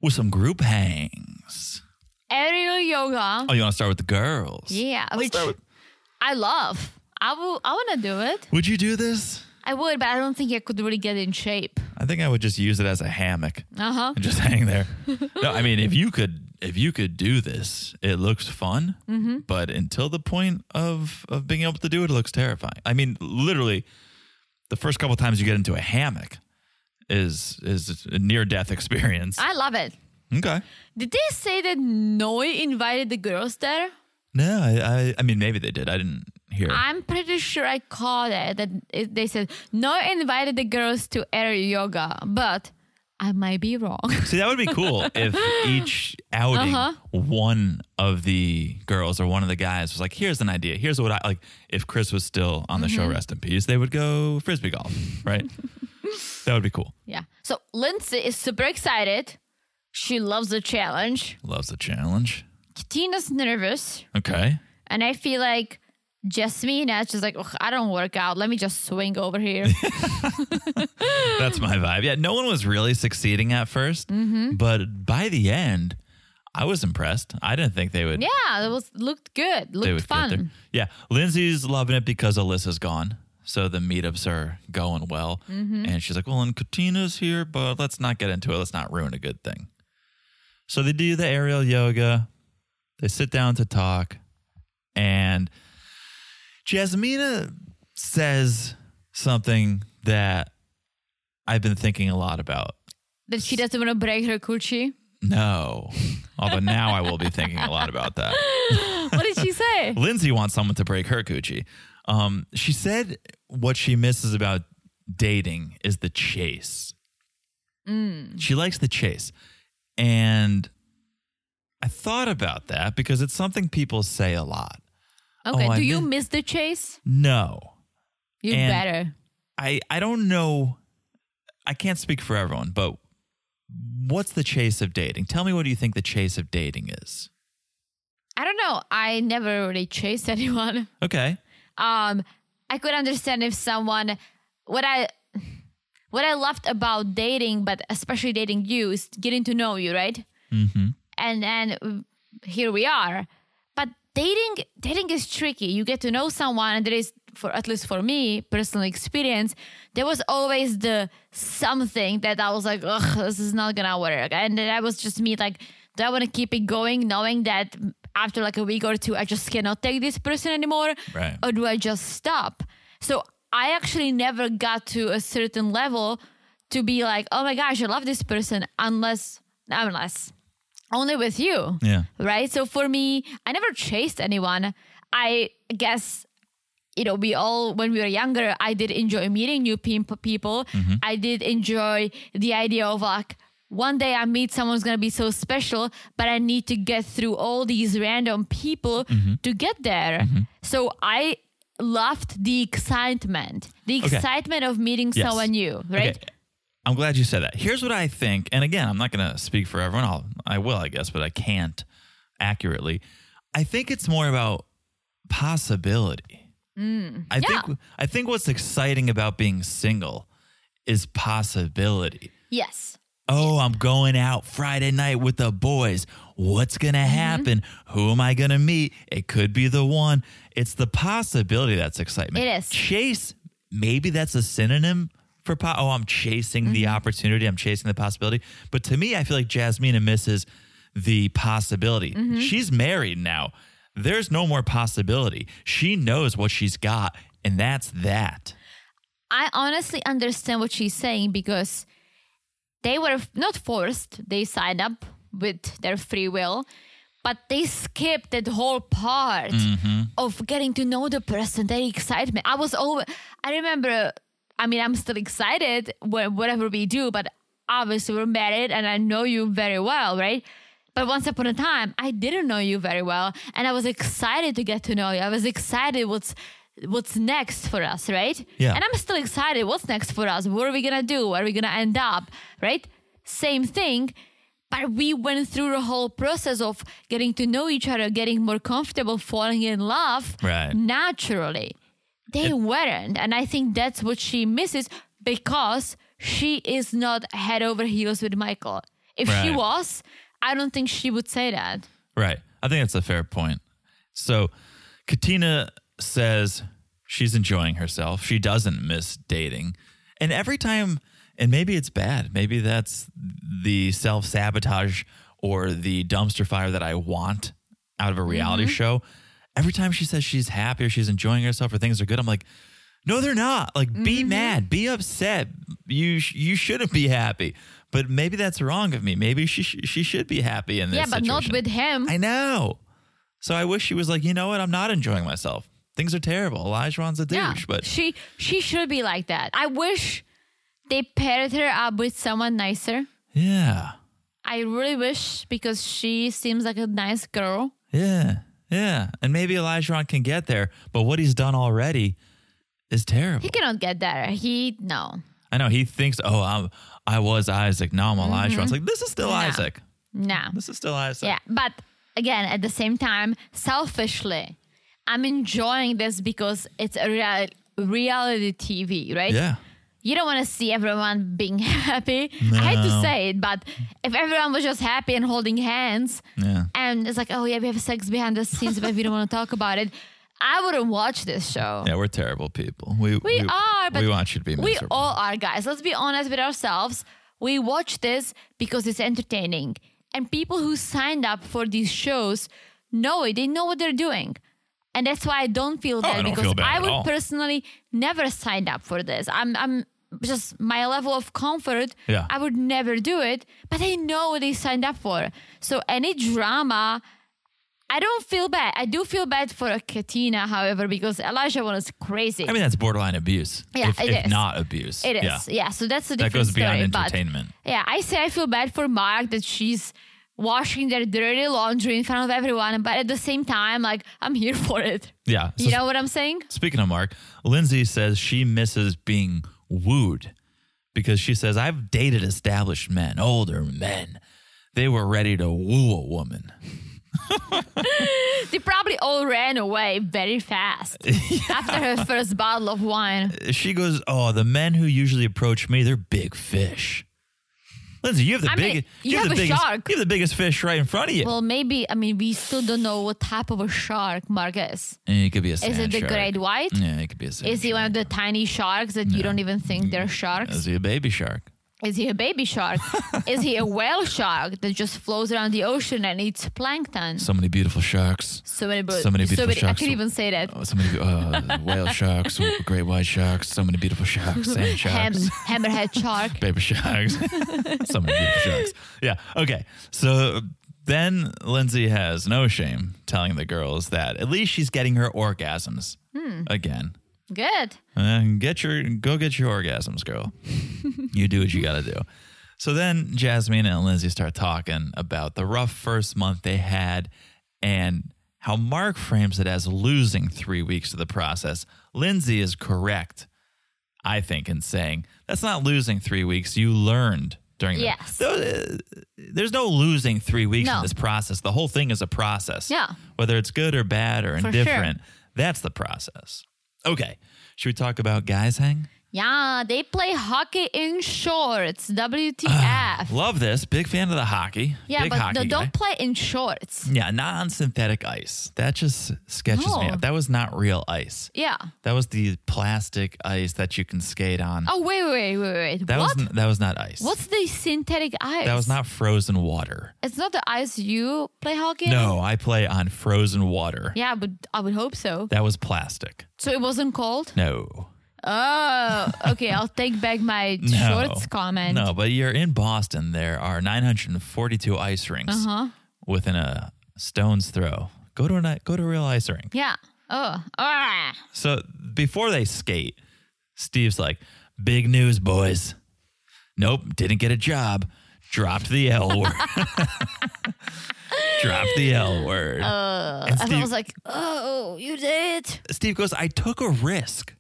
S6: with some group hangs.
S7: Aerial yoga.
S6: Oh, you want to start with the girls?
S7: yeah. Which
S6: start with-
S7: I love. I will I wanna do it.
S6: Would you do this?
S7: I would, but I don't think I could really get in shape.
S6: I think I would just use it as a hammock
S7: Uh huh.
S6: and just [LAUGHS] hang there. no, I mean, if you could, if you could do this, it looks fun. But until the point of of being able to do it, it looks terrifying. I mean, literally, the first couple times you get into a hammock is is a near death [LAUGHS] experience.
S7: I love it.
S6: okay.
S7: Did they say that Noi invited the girls there?
S6: No, I, I I mean maybe they did. I didn't hear.
S7: I'm pretty sure I caught it that it, they said Noi invited the girls to air yoga, but I might be wrong. [LAUGHS]
S6: See, that would be cool if each outing, one of the girls or one of the guys was like, "Here's an idea. Here's what I like." If Chris was still on the show, rest in peace, they would go frisbee golf, right? that would be cool.
S7: yeah. So Lindsay is super excited. She loves the challenge.
S6: Loves the challenge.
S7: Tina's nervous,
S6: Okay.
S7: and I feel like Jasmina is just like, "Ugh, I don't work out. Let me just swing over
S6: [LAUGHS]
S7: here.
S6: That's my vibe. Yeah, no one was really succeeding at 1st but by the end, I was impressed. I didn't think they would.
S7: yeah, it was looked good.
S6: they
S7: Looked
S6: would get there.
S7: fun.
S6: Yeah, Lindsay's loving it because Alyssa's gone. So the meetups are going well.
S7: Mm-hmm.
S6: And she's like, well, and Katina's here, but let's not get into it. Let's not ruin a good thing. So they do the aerial yoga. They sit down to talk. And Jasmina says something that I've been thinking a lot about.
S7: That she doesn't want to break
S6: [LAUGHS]
S7: her coochie. [LAUGHS]
S6: No. Although now I will be thinking a lot about that.
S7: What did she say?
S6: Lindsay wants someone to break her coochie. Um, she said what she misses about dating is the chase. She likes the chase. And I thought about that because it's something people say a lot.
S7: Okay,
S6: Oh, I
S7: do you
S6: miss-
S7: miss the chase?
S6: No,
S7: You
S6: And-
S7: better.
S6: I, I don't know. I can't speak for everyone, but what's the chase of dating? Tell me what do you think the chase of dating is?
S7: I don't know. I never really chased anyone.
S6: Okay.
S7: Um, I could understand if someone what I what I loved about dating, but especially dating you, is getting to know you, right? And then uh, here we are. But dating, dating is tricky. You get to know someone, and there is, for at least for me, personal experience, there was always the something that I was like, ugh, this is not gonna work. And that was just me, like, do I want to keep it going, knowing that after like a week or two, I just cannot take this person anymore,
S6: Right.
S7: or do I just stop? So I actually never got to a certain level to be like, oh my gosh, I love this person, unless, unless, only with you.
S6: Yeah.
S7: Right. So for me, I never chased anyone. I guess, you know, we all, when we were younger, I did enjoy meeting new pe- people.
S6: Mm-hmm.
S7: I did enjoy the idea of like, one day I meet someone's gonna be so special, but I need to get through all these random people
S6: Mm-hmm.
S7: to get there. So I loved the excitement, the
S6: Okay.
S7: excitement of meeting
S6: Yes.
S7: someone new, right?
S6: Okay. I'm glad you said that. Here's what I think, and again, I'm not going to speak for everyone. I'll, I will, I guess, but I can't accurately. I think it's more about possibility. I
S7: yeah.
S6: think I think what's exciting about being single is possibility.
S7: Yes.
S6: Oh, I'm going out Friday night with the boys. What's going
S7: Mm-hmm.
S6: to happen? Who am I going to meet? It could be the one. It's the possibility that's excitement.
S7: It is.
S6: Chase, maybe that's a synonym for po- oh, I'm chasing the
S7: Mm-hmm.
S6: opportunity, I'm chasing the possibility. But to me, I feel like Jasmina misses the possibility.
S7: Mm-hmm.
S6: She's married now. There's no more possibility. She knows what she's got, and that's that.
S7: I honestly understand what she's saying because they were f- not forced, they signed up with their free will, but they skipped that whole part of getting to know the person, their excitement. I was over, I remember, I mean, I'm still excited, wh- whatever we do, but obviously we're married and I know you very well, right? But once upon a time, I didn't know you very well, and I was excited to get to know you. I was excited what's what's next for us, right?
S6: Yeah.
S7: And I'm still excited. What's next for us? What are we gonna do? Where are we gonna end up? Right? Same thing. But we went through the whole process of getting to know each other, getting more comfortable, falling in love
S6: Right.
S7: naturally. They weren't. And I think that's what she misses because she is not head over heels with Michael. If she
S6: Right.
S7: was, I don't think she would say that.
S6: Right. I think that's a fair point. So Katina says she's enjoying herself. She doesn't miss dating. And every time, and maybe it's bad, maybe that's the self sabotage or the dumpster fire that I want out of a reality
S7: Mm-hmm.
S6: show. Every time she says she's happy or she's enjoying herself or things are good, I'm like, no, they're not. Like, be
S7: Mm-hmm.
S6: mad, be upset. You sh- you shouldn't be happy. But maybe that's wrong of me. Maybe she sh- she should be happy in this.
S7: yeah, but not
S6: situation.
S7: with him.
S6: I know. So I wish she was like, you know what? I'm not enjoying myself. Things are terrible. Elijah's a douche,
S7: yeah.
S6: but
S7: she she should be like that. I wish they paired her up with someone nicer.
S6: yeah,
S7: I really wish because she seems like a nice girl.
S6: yeah, yeah. And maybe Elijah can get there, but what he's done already is terrible.
S7: He cannot get there. He no.
S6: I know he thinks, oh, I'm, I was Isaac. Now I'm Elijah. It's like this is still Isaac.
S7: No.
S6: This is still Isaac.
S7: Mm-hmm. Yeah, but again, at the same time, selfishly, I'm enjoying this because it's a real, reality TV, right?
S6: yeah.
S7: You don't want to see everyone being [LAUGHS] happy. I hate to
S6: No.
S7: say it, but if everyone was just happy and holding hands,
S6: Yeah.
S7: and it's like, oh yeah, we have sex behind the scenes, but we don't want to talk about it. I wouldn't watch this show.
S6: Yeah, we're terrible people. We
S7: We are, but
S6: we want you to be
S7: We
S6: miserable.
S7: all are, guys. Let's be honest with ourselves. We watch this because it's entertaining. And people who signed up for these shows know it, they know what they're doing. And that's why I don't feel bad
S6: Oh, I don't
S7: because
S6: feel bad
S7: I
S6: at
S7: would
S6: all.
S7: personally never sign up for this. I'm I'm just my level of comfort,
S6: Yeah.
S7: I would never do it, but I know what they signed up for. So any drama I don't feel bad. I do feel bad for Katina, however, because Elijah was crazy.
S6: I mean, that's borderline abuse.
S7: Yeah,
S6: if,
S7: it
S6: if
S7: is.
S6: not abuse.
S7: It is.
S6: Yeah.
S7: Yeah. so that's a
S6: That
S7: different
S6: goes beyond
S7: story, but-
S6: entertainment.
S7: yeah, I say I feel bad for Mark that she's washing their dirty laundry in front of everyone, but at the same time, like I'm here for it.
S6: Yeah.
S7: You
S6: So
S7: know what I'm saying?
S6: Speaking of Mark, Lindsay says she misses being wooed because she says, I've dated established men, older men. They were ready to woo a woman.
S7: They probably all ran away
S6: [LAUGHS]
S7: very fast after her first bottle of wine.
S6: She goes, "Oh, the men who usually approach me, they're big fish." Lindsay, you have the
S7: I mean,
S6: biggest.
S7: you have
S6: the
S7: a
S6: biggest,
S7: shark.
S6: You have the biggest fish right in front of you.
S7: Well, maybe, I mean, we still don't know what type of a shark Mark is.
S6: Eh, it could be a. Sand
S7: Is it the
S6: shark.
S7: great white?
S6: Yeah, it could be a. Sand
S7: Is he one of the tiny sharks that you don't even think they're
S6: shark. Is
S7: sharks?
S6: he a baby shark?
S7: Is he a baby
S6: [LAUGHS]
S7: shark? is he a whale shark that just flows around the ocean and eats plankton?
S6: So many beautiful sharks.
S7: So many, bo-
S6: So many
S7: so
S6: beautiful
S7: many I
S6: sharks.
S7: can't even say that.
S6: Oh, so many uh, whale sharks, great white sharks, so many beautiful sharks, sand
S7: [LAUGHS]
S6: [LAUGHS]
S7: Ham,
S6: sharks,
S7: hammerhead shark.
S6: baby [LAUGHS] sharks, so many beautiful sharks. Yeah. Okay. So then Lindsay has no shame telling the girls that at least she's getting her orgasms again.
S7: Good.
S6: And get your go get your orgasms,
S7: [LAUGHS]
S6: girl. you do what you gotta do. So then Jasmine and Lindsay start talking about the rough first month they had and how Mark frames it as losing three weeks to the process. Lindsay is correct, I think, in saying that's not losing three weeks. You learned during the-
S7: Yes.
S6: Though, uh, There's no losing three weeks
S7: No.
S6: in this process. The whole thing is a process.
S7: Yeah.
S6: Whether it's good or bad or
S7: sure.
S6: indifferent, that's the process. Okay. Should we talk about guys hang?
S7: Yeah, they play hockey
S6: [SIGHS]
S7: in shorts. WTF.
S6: Love this. Big fan of the hockey.
S7: yeah,
S6: Big
S7: but
S6: hockey
S7: they
S6: guy.
S7: don't play in shorts.
S6: Yeah, non-synthetic ice. That just sketches me
S7: No.
S6: out. That was not real ice.
S7: Yeah.
S6: That was the plastic ice that you can skate on.
S7: Oh, wait, wait, wait, wait.
S6: that
S7: what?
S6: was that was not ice.
S7: What's the synthetic ice?
S6: that was not frozen water.
S7: It's not the ice you play hockey in?
S6: No, I play on frozen water.
S7: Yeah, but I would hope so.
S6: That was plastic.
S7: So it wasn't cold?
S6: No.
S7: Oh, okay. I'll take back my
S6: [LAUGHS] No.
S7: shorts comment.
S6: No, but you're in Boston. There are 942 ice rinks
S7: Uh-huh.
S6: within a stone's throw. Go to an go to a real ice rink.
S7: Yeah. Oh, ah.
S6: So before they skate, Steve's like, "Big news, boys. Nope, didn't get a job. Dropped the L word. [LAUGHS] Dropped the L word." and
S7: And
S6: Steve,
S7: Uh, I was like, oh, you did?
S6: Steve goes, "I took a risk."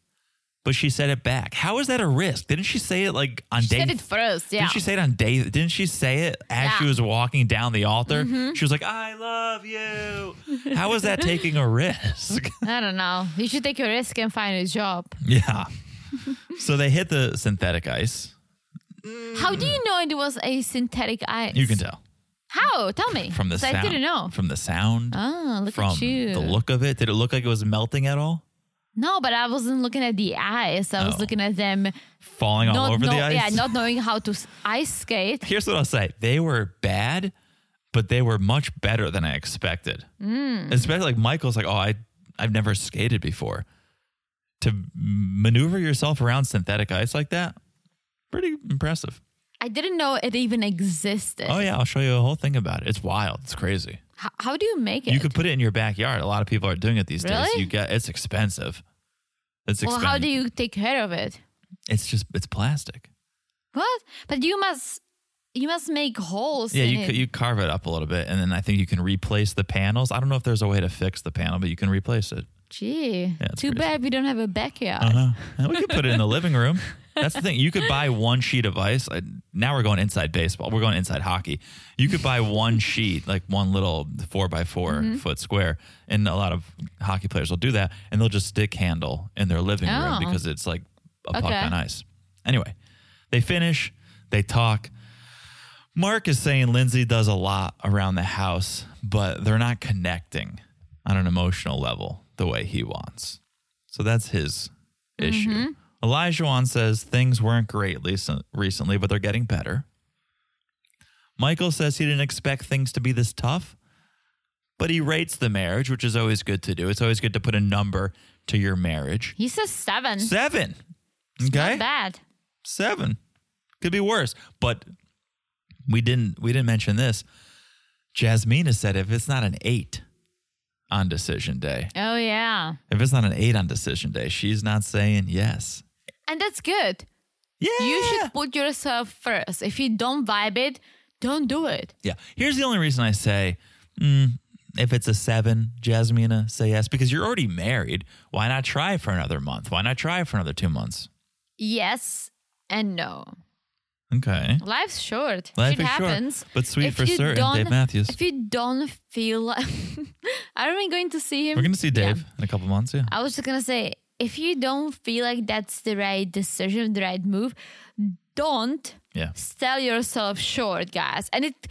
S6: But she said it back. How is that a risk? Didn't she say it like on
S7: She
S6: day
S7: said it first. Yeah.
S6: Didn't she say it on day? Didn't she say it as
S7: Yeah. Mm-hmm.
S6: she was walking down the altar? She was like, "I love you." How is that taking a
S7: [LAUGHS]
S6: risk?
S7: I don't know. You should take a risk and find a job.
S6: yeah. so they hit the synthetic ice.
S7: How do you know it was a synthetic ice?
S6: You can tell
S7: How? Tell me.
S6: from the
S7: 'Cause
S6: sound.
S7: I didn't know.
S6: From the sound.
S7: Ah, look
S6: from
S7: at you.
S6: the look of it. Did it look like it was melting at all?
S7: No, but I wasn't looking at the ice. I was
S6: Oh.
S7: looking at them.
S6: Falling all
S7: not
S6: over
S7: know-
S6: the ice.
S7: Yeah, not knowing how to s- ice skate.
S6: Here's what I'll say: they were bad, but they were much better than I expected.
S7: Mm.
S6: Especially like Michael's like, "Oh, I I've never skated before." To maneuver yourself around synthetic ice like that, pretty impressive.
S7: I didn't know it even existed.
S6: Oh yeah, I'll show you a whole thing about it. It's wild. It's crazy.
S7: How, how do you make it?
S6: You could put it in your backyard. A lot of people are doing it these days.
S7: Really?
S6: You get it's expensive. It's
S7: well,
S6: expensive.
S7: how do you take care of it?
S6: It's just it's plastic.
S7: What? But you must, you must make holes.
S6: Yeah,
S7: in
S6: you
S7: it.
S6: ca- you carve it up a little bit, and then I think you can replace the panels. I don't know if there's a way to fix the panel, but you can replace it.
S7: Gee,
S6: it's
S7: too
S6: crazy.
S7: bad we don't have a backyard.
S6: Uh, we could put it in the living room. That's the thing. You could buy one sheet of ice. I, now we're going inside baseball. We're going inside hockey. You could buy one sheet, like one little four by 4 foot square, and a lot of hockey players will do that, and they'll just stick handle in their living room
S7: Oh.
S6: because it's like a puck
S7: Okay.
S6: on ice. Anyway, they finish. They talk. Mark is saying Lindsay does a lot around the house, but they're not connecting on an emotional level the way he wants. So that's his issue.
S7: Mm-hmm.
S6: Elijah Wan says things weren't great recent- recently, but they're getting better. Michael says he didn't expect things to be this tough, but he rates the marriage, which is always good to do. It's always good to put a number to your marriage.
S7: He says seven.
S6: Seven. Okay.
S7: Mm-hmm. Not bad.
S6: Seven. Could be worse. But we didn't we didn't mention this. Jasmina said if it's not an eight on decision day,
S7: Oh yeah,
S6: if it's not an eight on decision day, she's not saying yes.
S7: and that's good.
S6: Yeah.
S7: You should put yourself first. If you don't vibe it, don't do it.
S6: Yeah. Here's the only reason I say mm, if it's a seven, Jasmina, say yes, because you're already married. Why not try for another month? Why not try for another two months?
S7: Yes and no.
S6: Okay.
S7: Life's short.
S6: Life
S7: Shit
S6: is short,
S7: happens.
S6: but sweet
S7: If
S6: for
S7: you
S6: certain,
S7: don't-
S6: Dave Matthews.
S7: If you don't feel [LAUGHS] like, are we going to see him?
S6: We're gonna see
S7: Yeah.
S6: Dave in a couple months. Yeah.
S7: I was just gonna say, if you don't feel like that's the right decision, the right move, don't
S6: Yeah.
S7: sell yourself short, guys. And it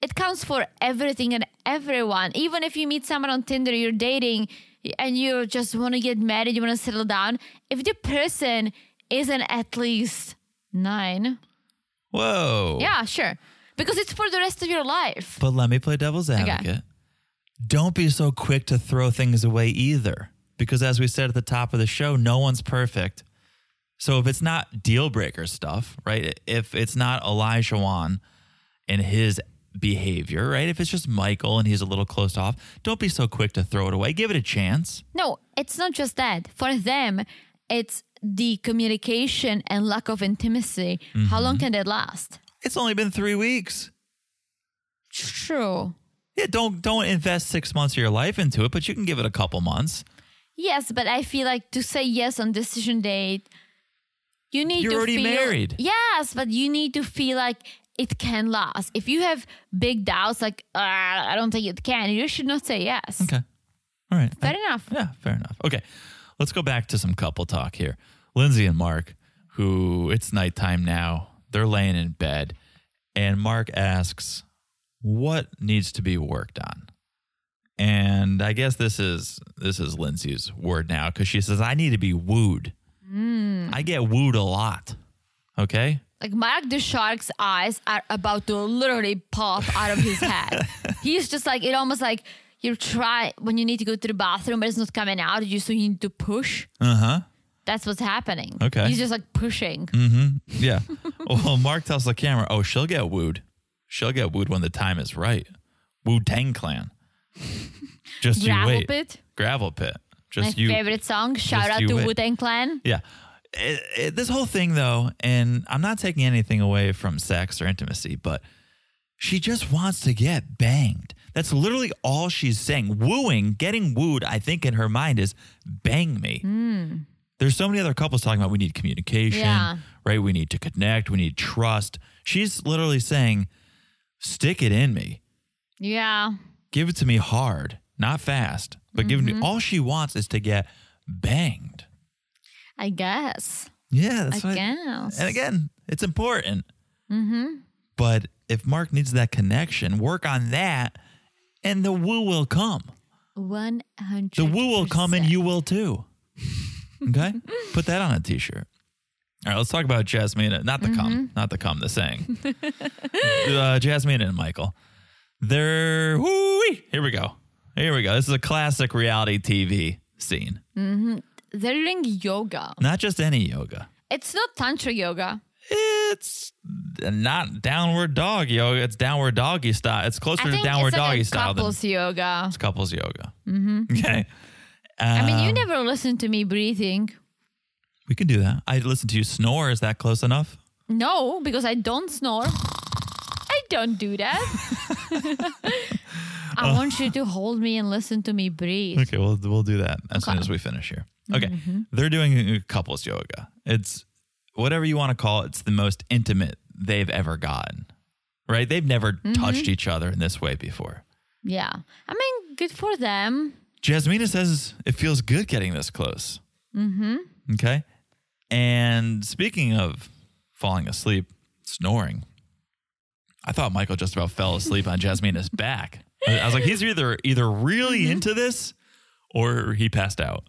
S7: it counts for everything and everyone. Even if you meet someone on Tinder, you're dating, and you just want to get married, you want to settle down. If the person isn't at least nine,
S6: Whoa.
S7: yeah, sure, because it's for the rest of your life.
S6: But let me play devil's advocate. Don't be so quick to throw things away either. Because as we said at the top of the show, no one's perfect. So if it's not deal breaker stuff, right? If it's not Elijah Wan and his behavior, right? If it's just Michael and he's a little closed off, don't be so quick to throw it away. Give it a chance.
S7: No, it's not just that. For them, it's the communication and lack of intimacy. How long can that last?
S6: It's only been three weeks.
S7: True.
S6: Yeah, don't don't invest six months of your life into it, but you can give it a couple months.
S7: Yes, but I feel like to say yes on decision date, you need
S6: You're
S7: to
S6: already
S7: feel,
S6: married.
S7: Yes, but you need to feel like it can last. If you have big doubts, like "Ah, I don't think it can, you should not say yes.
S6: Okay. All right.
S7: Fair enough.
S6: Yeah, fair enough. Okay, let's go back to some couple talk here. Lindsay and Mark, who it's nighttime now, they're laying in bed, and Mark asks, "What needs to be worked on?" And I guess this is this is Lindsay's word now because she says, "I need to be wooed. I get wooed a lot." Okay,
S7: Like Mark the Shark's eyes are about to literally pop out of
S6: [LAUGHS]
S7: his head. He's just like it almost like you try when you need to go to the bathroom, but it's not coming out. You so you need to push. Uh huh. That's what's happening.
S6: Uh-huh. Okay. Mm,
S7: He's just like pushing.
S6: Yeah. [LAUGHS] well, Mark tells the camera, oh, she'll get wooed. She'll get wooed when the time is right. Wu Tang Clan. Just
S7: Gravel
S6: you wait.
S7: Pit?
S6: Gravel pit.
S7: My
S6: Just you.
S7: favorite song. Shout out
S6: you
S7: to
S6: wait.
S7: Wu Tang Clan.
S6: Yeah. It, it, this whole thing, though, and I'm not taking anything away from sex or intimacy, but she just wants to get banged. That's literally all she's saying. Wooing, getting wooed, I think in her mind is bang me. There's so many other couples talking about we need communication,
S7: Hmm. Yeah.
S6: right? We need to connect, we need trust. She's literally saying, stick it in me,
S7: Yeah.
S6: give it to me hard, not fast, but give it
S7: Mm-hmm.
S6: to me. All she wants is to get banged.
S7: I guess.
S6: Yeah, that's
S7: I
S6: what
S7: guess.
S6: and again, it's important. Mm-hmm. But if Mark needs that connection, work on that, and the woo will come.
S7: One hundred.
S6: The woo will come, and you will too. Okay, put that on a t-shirt. All right, let's talk about Jasmina. Not the come, not the come. The saying, uh, Jasmina and Michael. They're woo-wee. here. We go. Here we go. This is a classic reality TV scene.
S7: They're doing yoga.
S6: Not just any yoga.
S7: It's not tantra yoga.
S6: It's not downward dog yoga. It's downward doggy style. It's closer
S7: I
S6: to
S7: think
S6: downward
S7: it's like
S6: doggy
S7: a
S6: style than
S7: couples yoga.
S6: it's couples yoga. Mm-hmm. Okay.
S7: I mean,
S6: Ah.
S7: you never listen to me breathing.
S6: We can do that. I listen to you snore. Is that close enough?
S7: No, because I don't snore. I don't
S6: [LAUGHS]
S7: do that. I want you to hold me and listen to me breathe.
S6: Oh. Okay, we'll we'll do that as soon
S7: Okay. Mm-hmm.
S6: as we finish here. Okay, they're doing uh, couples yoga. It's whatever you want to call it. It's the most intimate they've ever gotten. Right? They've never
S7: Mm-hmm.
S6: touched each other in this way before.
S7: Yeah. I mean, good for them.
S6: Jasmina says it feels good getting this close. Mm-hmm. Okay. And speaking of falling asleep, snoring, I thought Michael just about fell asleep on Jasmina's back. I I was like, he's either either really into this or he passed out.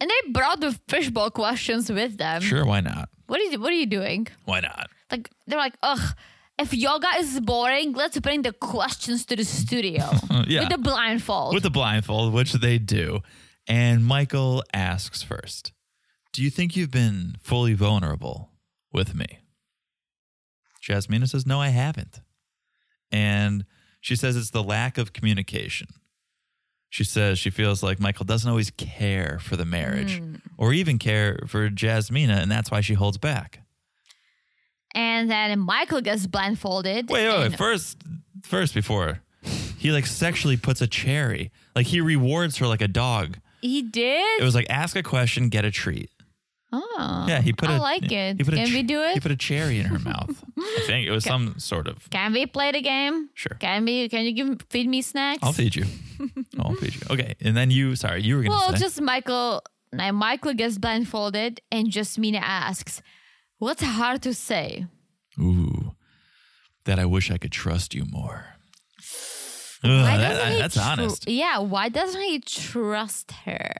S7: And they brought the fishbowl questions with them.
S6: Sure, why not?
S7: What is what are you doing?
S6: Why not?
S7: Like they're like, ugh, if yoga is boring, let's bring the questions to the studio.
S6: [LAUGHS] Yeah.
S7: With the blindfold.
S6: With the blindfold, which they do. And Michael asks first, Do you think you've been fully vulnerable with me? Jasmina says, No, I haven't. And she says it's the lack of communication. She says she feels like Michael doesn't always care for the marriage or even care for Jasmina, and that's why she holds back.
S7: and then Michael gets blindfolded.
S6: Wait, wait,
S7: and-
S6: wait. First, first, before he like sexually puts a cherry, like he rewards her like a dog.
S7: he did?
S6: It was like ask a question, get a treat.
S7: Oh.
S6: Yeah, he put.
S7: I
S6: a-
S7: like it.
S6: He put a
S7: Can
S6: ch-
S7: we do
S6: He
S7: it?
S6: put a cherry in her mouth. I think it was some sort of.
S7: Can we play the game?
S6: Sure.
S7: Can we? Can you give feed me snacks?
S6: I'll feed
S7: [LAUGHS]
S6: you. I'll feed you. Okay, and then you. Sorry, you were gonna
S7: Well,
S6: say.
S7: just Michael. Now Michael gets blindfolded, and Jasmina asks, "What's hard to say?"
S6: Ooh, that I wish I could trust you more. Ugh,
S7: Why
S6: Oh, that-
S7: doesn't
S6: I-
S7: he
S6: that's
S7: tru-
S6: honest,
S7: Yeah. Why doesn't he trust her?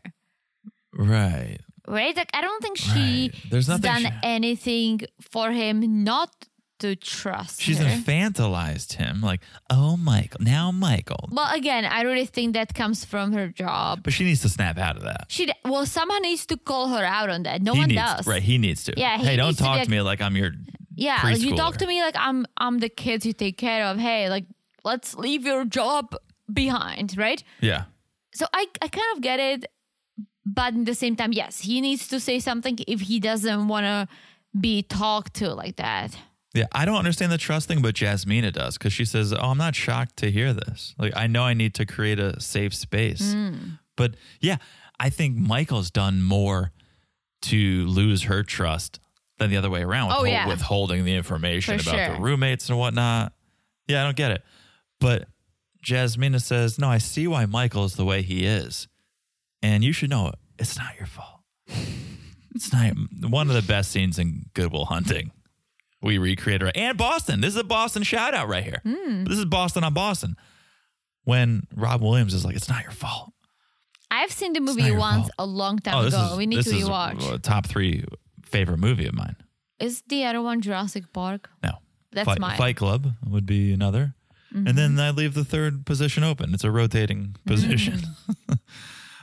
S6: right?
S7: Right. Like I don't think she
S6: Right. There's
S7: has
S6: nothing
S7: done
S6: she-
S7: anything for him not to trust.
S6: She's
S7: her.
S6: infantilized him, like, oh, Michael, now Michael.
S7: Well, again, I really think that comes from her job.
S6: But she needs to snap out of that.
S7: She well, someone needs to call her out on that. No
S6: he
S7: one
S6: needs,
S7: does.
S6: right? He needs to.
S7: Yeah, he
S6: hey, don't
S7: needs to be
S6: talk
S7: like-
S6: to me like I'm your.
S7: Yeah, like, you talk
S6: preschooler.
S7: to me like I'm I'm the kids you take care of. Hey, like let's leave your job behind, right?
S6: Yeah,
S7: So I I kind of get it, but at the same time, yes, he needs to say something if he doesn't want to be talked to like that.
S6: yeah. I don't understand the trust thing, but Jasmina does because she says, "Oh, I'm not shocked to hear this. Like, I know I need to create a safe space."
S7: Mm.
S6: But yeah, I think Michael's done more to lose her trust than the other way around.
S7: Oh,
S6: withhold-
S7: yeah.
S6: withholding the information
S7: For
S6: about
S7: sure.
S6: the roommates and whatnot. Yeah, I don't get it. But Jasmina says, No, I see why Michael is the way he is. And you should know it. It's not your fault. It's not one of the best scenes in Goodwill Hunting. We recreated right and Boston. This is a Boston shout out right here.
S7: Hmm.
S6: This is Boston on Boston. When Rob Williams is like, "It's not your fault."
S7: I've seen the
S6: not
S7: movie
S6: your
S7: once
S6: fault. Oh,
S7: a long time ago. we need
S6: this
S7: to
S6: is
S7: rewatch.
S6: a top three favorite movie of mine.
S7: Is the other one Jurassic Park?
S6: No,
S7: That's Mm-hmm.
S6: Fight,
S7: mine.
S6: Fight Club would be another, and then I leave the third position open. It's a rotating
S7: Mm-hmm.
S6: position. [LAUGHS]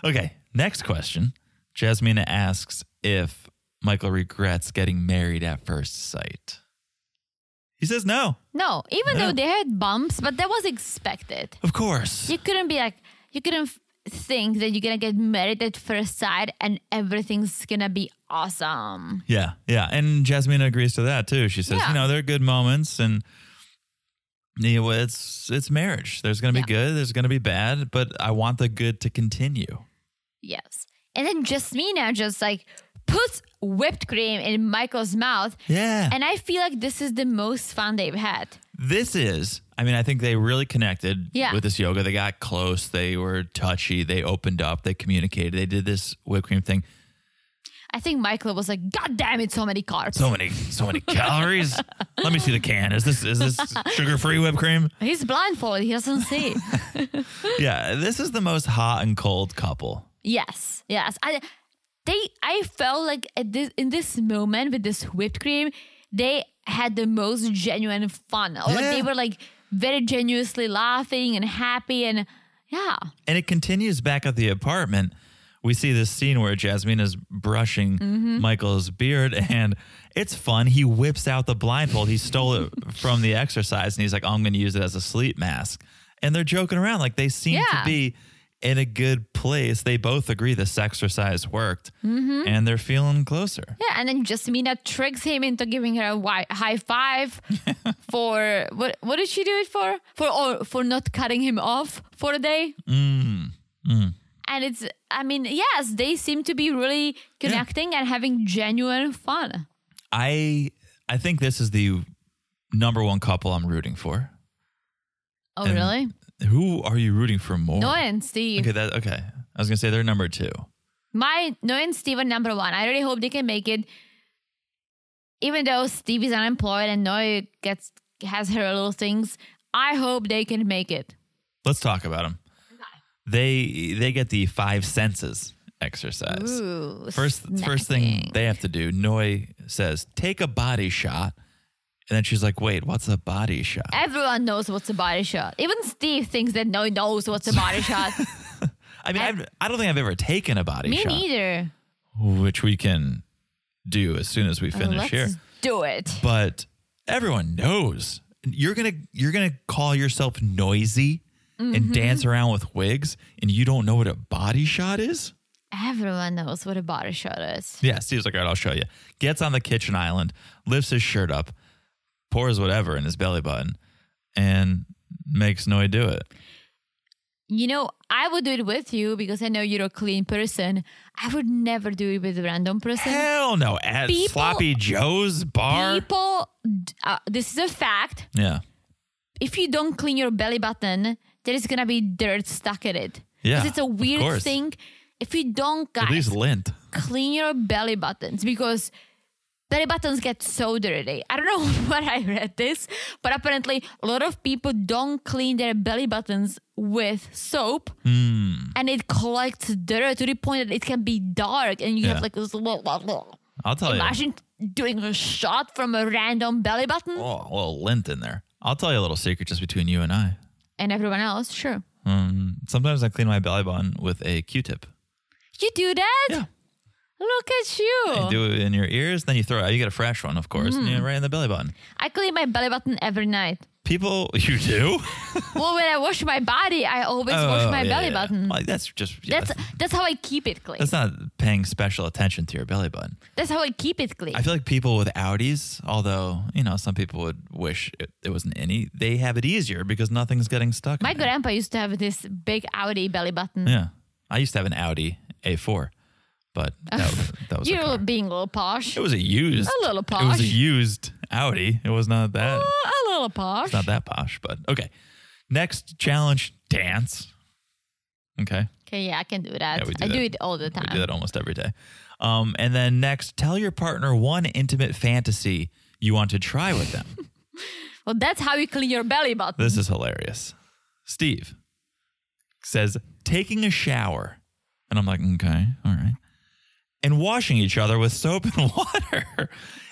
S6: okay, next question. Jasmina asks if Michael regrets getting married at first sight. He says no.
S7: No, even
S6: No.
S7: though they had bumps, but that was expected.
S6: Of course.
S7: You couldn't be like, you couldn't f- think that you're gonna get married at first sight and everything's gonna be awesome.
S6: Yeah, yeah. And Jasmina agrees to that too. She says,
S7: Yeah.
S6: you know, there are good moments and you know, it's it's marriage. There's gonna be
S7: Yeah.
S6: good, there's gonna be bad, but I want the good to continue.
S7: Yes. And then Jasmina just like puts whipped cream in Michael's mouth.
S6: Yeah.
S7: And I feel like this is the most fun they've had.
S6: this is I mean, I think they really connected
S7: Yeah.
S6: with this yoga. They got close, they were touchy, they opened up, they communicated, they did this whipped cream thing.
S7: I think Michael was like, God damn it, so many carbs.
S6: So many so many calories. Let me see the can. Is this is this sugar free whipped cream?
S7: He's blindfolded, he doesn't see.
S6: Yeah. This is the most hot and cold couple.
S7: Yes, yes. I they I felt like at this in this moment with this whipped cream, they had the most genuine fun. Or like
S6: Yeah.
S7: they were like very genuinely laughing and happy and yeah.
S6: And it continues back at the apartment. We see this scene where Jasmine is brushing
S7: Mm-hmm.
S6: Michael's beard, [LAUGHS] and it's fun. He whips out the blindfold. He stole
S7: [LAUGHS]
S6: it from the exercise, and he's like, "Oh, I'm going to use it as a sleep mask. And they're joking around. Like they seem to
S7: Yeah.
S6: be in a good place. They both agree this exercise worked,
S7: Mm-hmm.
S6: and they're feeling closer.
S7: Yeah, and then Jasmina tricks him into giving her a wi-
S6: [LAUGHS]
S7: high five for what what did she do it for? For or for not cutting him off for a day?
S6: Mm.
S7: And it's I mean, yes, they seem to be really connecting and having genuine fun.
S6: I I think this is the number one couple I'm rooting for.
S7: Oh
S6: And-
S7: really?
S6: Who are you rooting for more?
S7: Noah and Steve.
S6: Okay, that okay. I was gonna say they're number two.
S7: My Noah and Steve are number one. I really hope they can make it. Even though Steve is unemployed and Noah gets has her little things, I hope they can make it.
S6: Let's talk about them. They they get the five senses exercise.
S7: Ooh,
S6: first first thing
S7: snacking.
S6: they have to do. Noi says take a body shot, and then she's like, "Wait, what's a body shot?"
S7: Everyone knows what's a body shot. Even Steve thinks that Noah knows what's
S6: [LAUGHS]
S7: a body shot.
S6: I mean, I've, I don't think I've ever taken a body
S7: uh, Me
S6: shot,
S7: neither. Oh,
S6: which we can do as soon as we finish
S7: Let's
S6: here.
S7: do it.
S6: But everyone knows you're gonna you're gonna call yourself noisy
S7: Mm-hmm.
S6: and dance around with wigs, and you don't know what a body shot is.
S7: Everyone knows what a body shot is.
S6: Yeah, Steve's like, all right, I'll show you. Gets on the kitchen island, lifts his shirt up, pours whatever in his belly button, and makes Noi do it.
S7: you know, I would do it with you because I know you're a clean person. I would never do it with a random person.
S6: Hell no. At
S7: People-
S6: Sloppy Joe's bar.
S7: People, d- uh, this is a fact.
S6: yeah.
S7: If you don't clean your belly button, there is gonna be dirt stuck in it. 'Cause
S6: Yeah,
S7: it's a
S6: of
S7: weird
S6: course.
S7: thing. If you don't,
S6: At
S7: guys,
S6: least lint.
S7: clean your belly buttons because belly buttons get so dirty. I don't know [LAUGHS] where I read this, but apparently a lot of people don't clean their belly buttons with soap
S6: Hmm.
S7: and it collects dirt to the point that it can be dark and you
S6: Yeah. Oh,
S7: have like this little, little-
S6: I'll tell you.
S7: imagine doing a shot from a random belly button
S6: Oh, a little lint in there. I'll tell you a little secret just between you and I.
S7: and everyone else. Sure.
S6: Sometimes I clean my belly button with a Q-tip.
S7: You do that?
S6: Yeah.
S7: Look at you.
S6: You do it in your ears, then you throw it out. You get a fresh one, of course,
S7: Mm.
S6: and you right in the belly button.
S7: I clean my belly button every night.
S6: People, [LAUGHS] you do?
S7: well, when I wash my body, I always wash
S6: Oh,
S7: my
S6: yeah,
S7: belly
S6: yeah.
S7: button.
S6: Well, that's just yeah,
S7: That's
S6: that's,
S7: that's how I keep it clean.
S6: that's not paying special attention to your belly button.
S7: That's how I keep it clean.
S6: I feel like people with Audis, although you know some people would wish it, it wasn't any, they have it easier because nothing's getting stuck. in
S7: My
S6: there.
S7: grandpa used to have this big Audi belly button.
S6: Yeah, I used to have an Audi A4,
S7: [LAUGHS]
S6: but that, was- that was a
S7: you
S6: car.
S7: were being a little posh.
S6: it was a used,
S7: A little
S6: It was
S7: posh.
S6: a used Audi. It was not that.
S7: Oh, a little posh.
S6: It's not that posh, but okay. Next challenge dance. Okay.
S7: Okay, yeah, I can do that.
S6: Yeah, we do
S7: I do
S6: that.
S7: it all the
S6: We do
S7: time.
S6: that almost every day. Um, and then next, tell your partner one intimate fantasy you want to try with
S7: [LAUGHS]
S6: them.
S7: Well, that's how you clean your belly button.
S6: this is hilarious. Steve says, taking a shower. And I'm like, okay, all right. And washing each other with soap and [LAUGHS] water.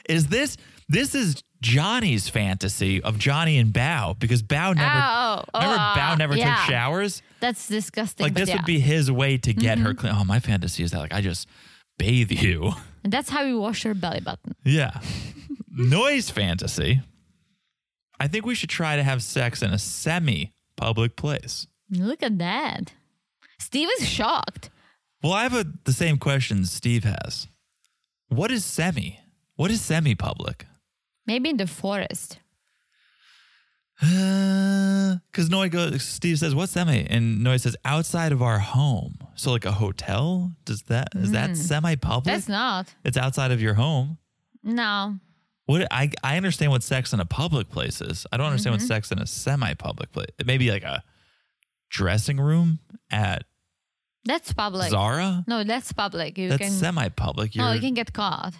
S6: Is this, this is Johnny's fantasy of Johnny and Bao because Bao never,
S7: Oh, oh,
S6: remember
S7: uh,
S6: Bao never
S7: yeah.
S6: took showers?
S7: That's disgusting.
S6: Like
S7: but
S6: this
S7: yeah. Mm-hmm.
S6: would be his way to get her clean. Oh, my fantasy is that like I just bathe you.
S7: And that's how you wash your belly button.
S6: Yeah. Noise fantasy. I think we should try to have sex in a semi public place.
S7: Look at that. Steve is shocked.
S6: Well, I have a, the same question Steve has. What is semi? What is semi [SIGHS] public?
S7: Maybe in the forest.
S6: Because Noy goes, Steve says, "What's semi?" And Noy says, "Outside of our home." So, like a hotel, does that is that semi public?
S7: That's not.
S6: It's outside of your home.
S7: No.
S6: What I I understand what sex in a public place is. I don't understand
S7: Mm-hmm.
S6: what sex in a semi public place. It may be like a dressing room at
S7: That's public.
S6: Zara.
S7: No, that's public. You
S6: That's
S7: can
S6: semi public.
S7: No, you can get caught.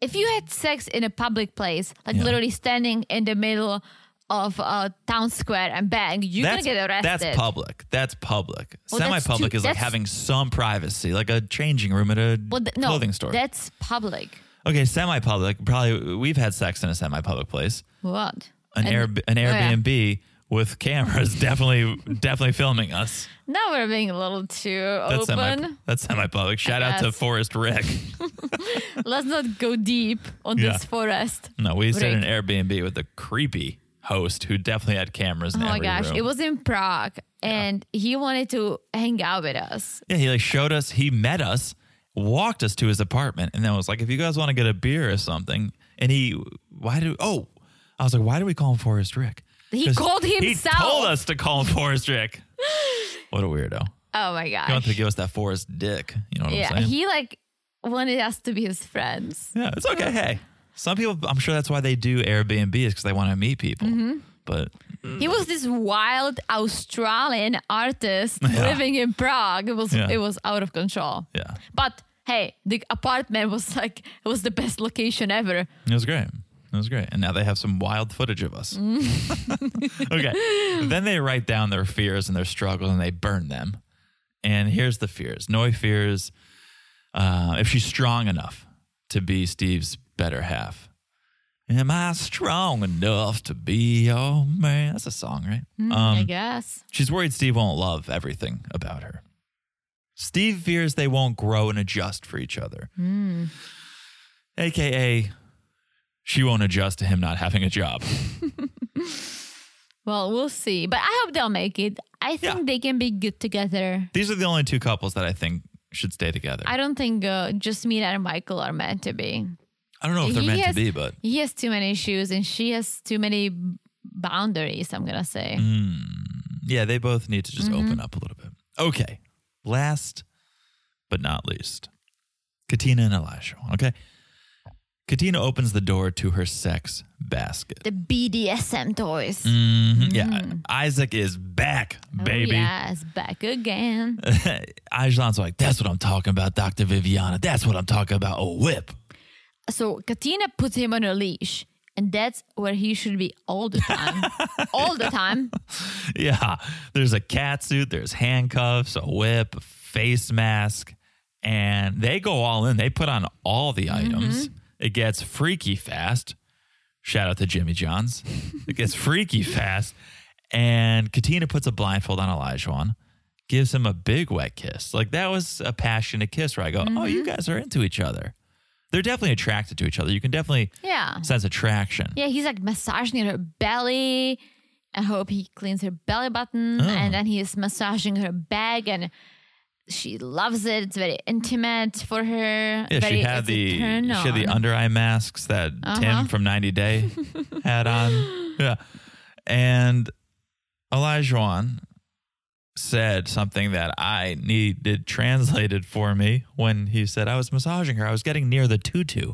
S7: If you had sex in a public place, like
S6: Yeah.
S7: literally standing in the middle of a town square and bang, you're
S6: that's,
S7: gonna get arrested.
S6: That's public. That's public.
S7: Well,
S6: semi
S7: that's
S6: public
S7: too-
S6: is like
S7: that's-
S6: having some privacy, like a changing room at a
S7: Well, th- no,
S6: clothing store.
S7: That's public.
S6: okay, semi public. Probably we've had sex in a semi public place.
S7: What?
S6: An
S7: And-
S6: Air, an
S7: oh, yeah.
S6: Airbnb with cameras [LAUGHS] definitely definitely filming us.
S7: Now we're being a little too
S6: That's semi [LAUGHS]
S7: open.
S6: that's semi public. Shout out to
S7: guess.
S6: Forest Rick.
S7: Let's not go deep on
S6: Yeah.
S7: this forest.
S6: No, we stayed in
S7: Rick.
S6: an Airbnb with a creepy host who definitely had cameras in
S7: Oh my
S6: every
S7: gosh,
S6: room.
S7: it was in Prague, and he wanted to hang out with us.
S6: Yeah, he like showed us, he met us, walked us to his apartment, and then was like, if you guys want to get a beer or something, and he, why do, oh, I was like, why do we call him Forrest Rick?
S7: He
S6: 'Cause
S7: called himself.
S6: He told us to call him Forrest
S7: [LAUGHS]
S6: Rick. what a weirdo.
S7: Oh my
S6: He wanted
S7: gosh!
S6: to give us that Forrest Dick. You know what
S7: yeah,
S6: I'm saying?
S7: he like wanted us to be his friends.
S6: yeah, it's okay. Hey, some people, I'm sure that's why they do Airbnb is because they want to meet people.
S7: Mm-hmm.
S6: But
S7: He was this wild Australian
S6: [LAUGHS]
S7: artist living in Prague. It was
S6: Yeah.
S7: it was out of control.
S6: yeah,
S7: But hey, the apartment was like it was the best location ever.
S6: It was great. It was great. And now they have some wild footage of us. [LAUGHS] okay. Then they write down their fears and their struggles and they burn them. And here's the fears. Noi fears uh, if she's strong enough to be Steve's better half. Am I strong enough to be your man? That's a song, right? Um,
S7: I guess.
S6: She's worried Steve won't love everything about her. Steve fears they won't grow and adjust for each other. AKA, she won't adjust to him not having a job.
S7: Well, we'll see. But I hope they'll make it. I think
S6: Yeah.
S7: they can be good together.
S6: These are the only two couples that I think should stay together.
S7: I don't think uh, just me and Michael are meant to be.
S6: I don't know if they're
S7: He
S6: meant
S7: has-
S6: to be, but
S7: He
S6: Mm.
S7: has too many issues and she has too many boundaries, I'm going to say.
S6: Yeah, they both need to just
S7: Mm-hmm.
S6: open up a little bit. Okay. Last but not least, Katina and Elisha. Okay. Katina opens the door to her sex basket.
S7: The BDSM toys.
S6: Mhm. Yeah. Isaac is back, baby.
S7: Mm. Oh, yes,
S6: [LAUGHS]
S7: back again.
S6: Ajlan's like, that's what I'm talking about, Dr. Viviana. That's what I'm talking about. A whip. [LAUGHS]
S7: so Katina puts him on a leash, and that's where he should be all
S6: [LAUGHS]
S7: the time. all the time.
S6: Yeah. There's a catsuit, there's handcuffs, a whip, a face mask, and they go all in. They put on all the items. It gets freaky fast. Shout out to Jimmy John's. It gets freaky fast. And Katina puts a blindfold on Elijah on, gives him a big wet kiss. Like that was a passionate kiss where I go, Oh, you guys are into each other. They're definitely attracted to each other. You can definitely
S7: Yeah.
S6: sense attraction.
S7: Yeah, he's like massaging her belly. I hope he cleans her belly button.
S6: Oh.
S7: And then he is massaging her back and she loves it. It's very intimate for her.
S6: Yeah,
S7: very,
S6: she had
S7: it's Uh-huh. a
S6: the she
S7: turn
S6: had the
S7: on.
S6: under eye masks that Tim from 90
S7: [LAUGHS]
S6: Day had on. Yeah. And Elijah said something that I needed translated for me when he said I was massaging her. I was getting near the tutu.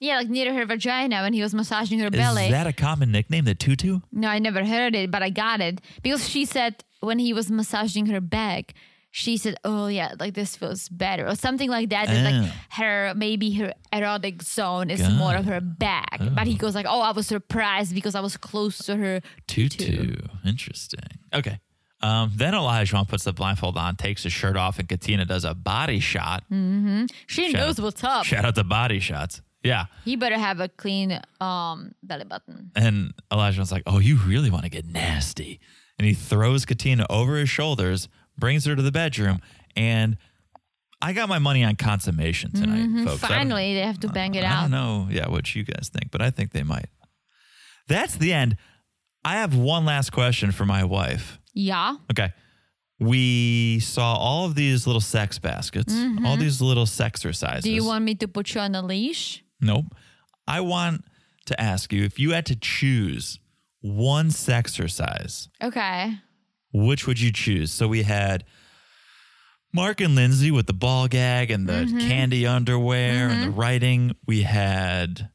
S7: Yeah, like near her vagina when he was massaging her belly.
S6: Is that a common nickname, the tutu?
S7: No, I never heard it, but I got it because she said when he was massaging her back, she said, "Oh yeah, like this feels better" or something like that. It's Like
S6: Oh.
S7: her maybe her erotic zone is
S6: Got
S7: more of her back, but he goes like, "Oh, I was surprised because I was close to her tutu."
S6: Tutu. Interesting. Okay. Um, then Elijah puts the blindfold on, takes his shirt off, and Katina does a body shot.
S7: Mm. She
S6: Shout
S7: knows
S6: out-
S7: what's up.
S6: Shout out to body shots. Yeah.
S7: He better have a clean um belly button.
S6: And Elijah was like, Oh, you really want to get nasty. And he throws Katina over his shoulders, brings her to the bedroom. And I got my money on consummation tonight,
S7: Oh,
S6: folks. I don't-
S7: Mm-hmm. Finally, they have to bang it
S6: I
S7: out.
S6: don't know, yeah, what you guys think, but I think they might. That's the end. I have one last question for my wife.
S7: Yeah,
S6: Okay. We saw all of these little sex baskets, all these little sexercises.
S7: Mm-hmm. do you want me to put you on a leash?
S6: Nope. I want to ask you if you had to choose one sexercise,
S7: Okay.
S6: which would you choose? So we had Mark and Lindsay with the ball gag and the
S7: Mm-hmm.
S6: candy underwear and the writing. We had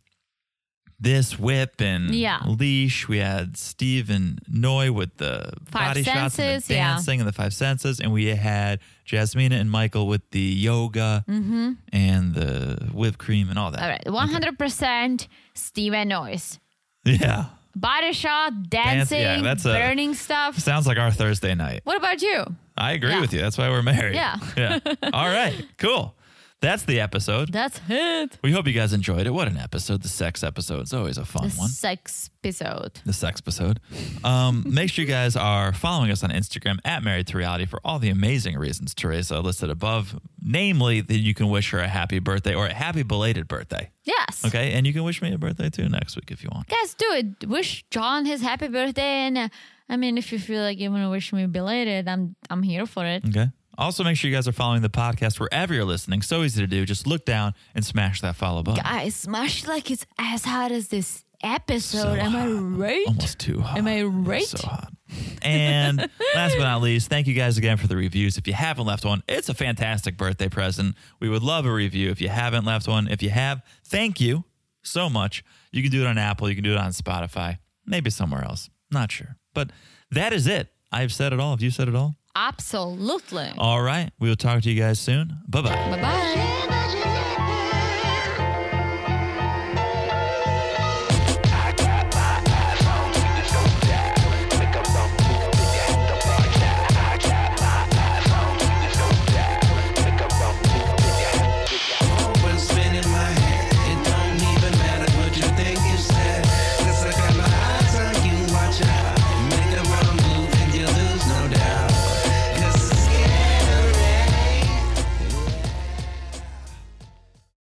S6: this whip and
S7: Yeah.
S6: leash. We had Steve and Noy with the
S7: Five
S6: body shots and
S7: senses,
S6: the
S7: yeah.
S6: dancing and the five senses. And we had Jasmina and Michael with the yoga and the whipped cream and all that.
S7: Mm-hmm. All right. One hundred percent Steven Noise.
S6: [LAUGHS] Yeah.
S7: body shot, dancing,
S6: yeah, that's a-
S7: burning stuff.
S6: Sounds like our Thursday night.
S7: What about you?
S6: I agree
S7: Yeah.
S6: with you. That's why we're married.
S7: Yeah.
S6: [LAUGHS] Yeah. All right. Cool. That's the episode.
S7: That's it.
S6: We hope you guys enjoyed it. What an episode. The sex episode. It's always a fun one.
S7: Sex episode.
S6: The sex episode.
S7: [LAUGHS]
S6: Um, make sure you guys are following us on Instagram at Married to Reality for all the amazing reasons Teresa listed above. Namely, that you can wish her a happy birthday or a happy belated birthday.
S7: Yes.
S6: Okay. And you can wish me a birthday too next week if you want.
S7: Guys, do it. Wish John his happy birthday, and uh, I mean, if you feel like you want to wish me belated, I'm I'm here for it.
S6: Okay. Also, make sure you guys are following the podcast wherever you're listening. So easy to do. Just look down and smash that follow button.
S7: Guys, smash like it's as hard as this episode.
S6: So
S7: Am I
S6: hot.
S7: right?
S6: Almost too hot.
S7: Am I right?
S6: So hot.
S7: [LAUGHS]
S6: And last but not least, thank you guys again for the reviews. If you haven't left one, it's a fantastic birthday present. We would love a review if you haven't left one. If you have, thank you so much. You can do it on Apple, you can do it on Spotify, maybe somewhere else. Not sure. But that is it. I've said it all. Have you said it all?
S7: Absolutely.
S6: Oh. All right. We will talk to you guys soon. Bye bye.
S7: Bye bye.
S1: Imagine.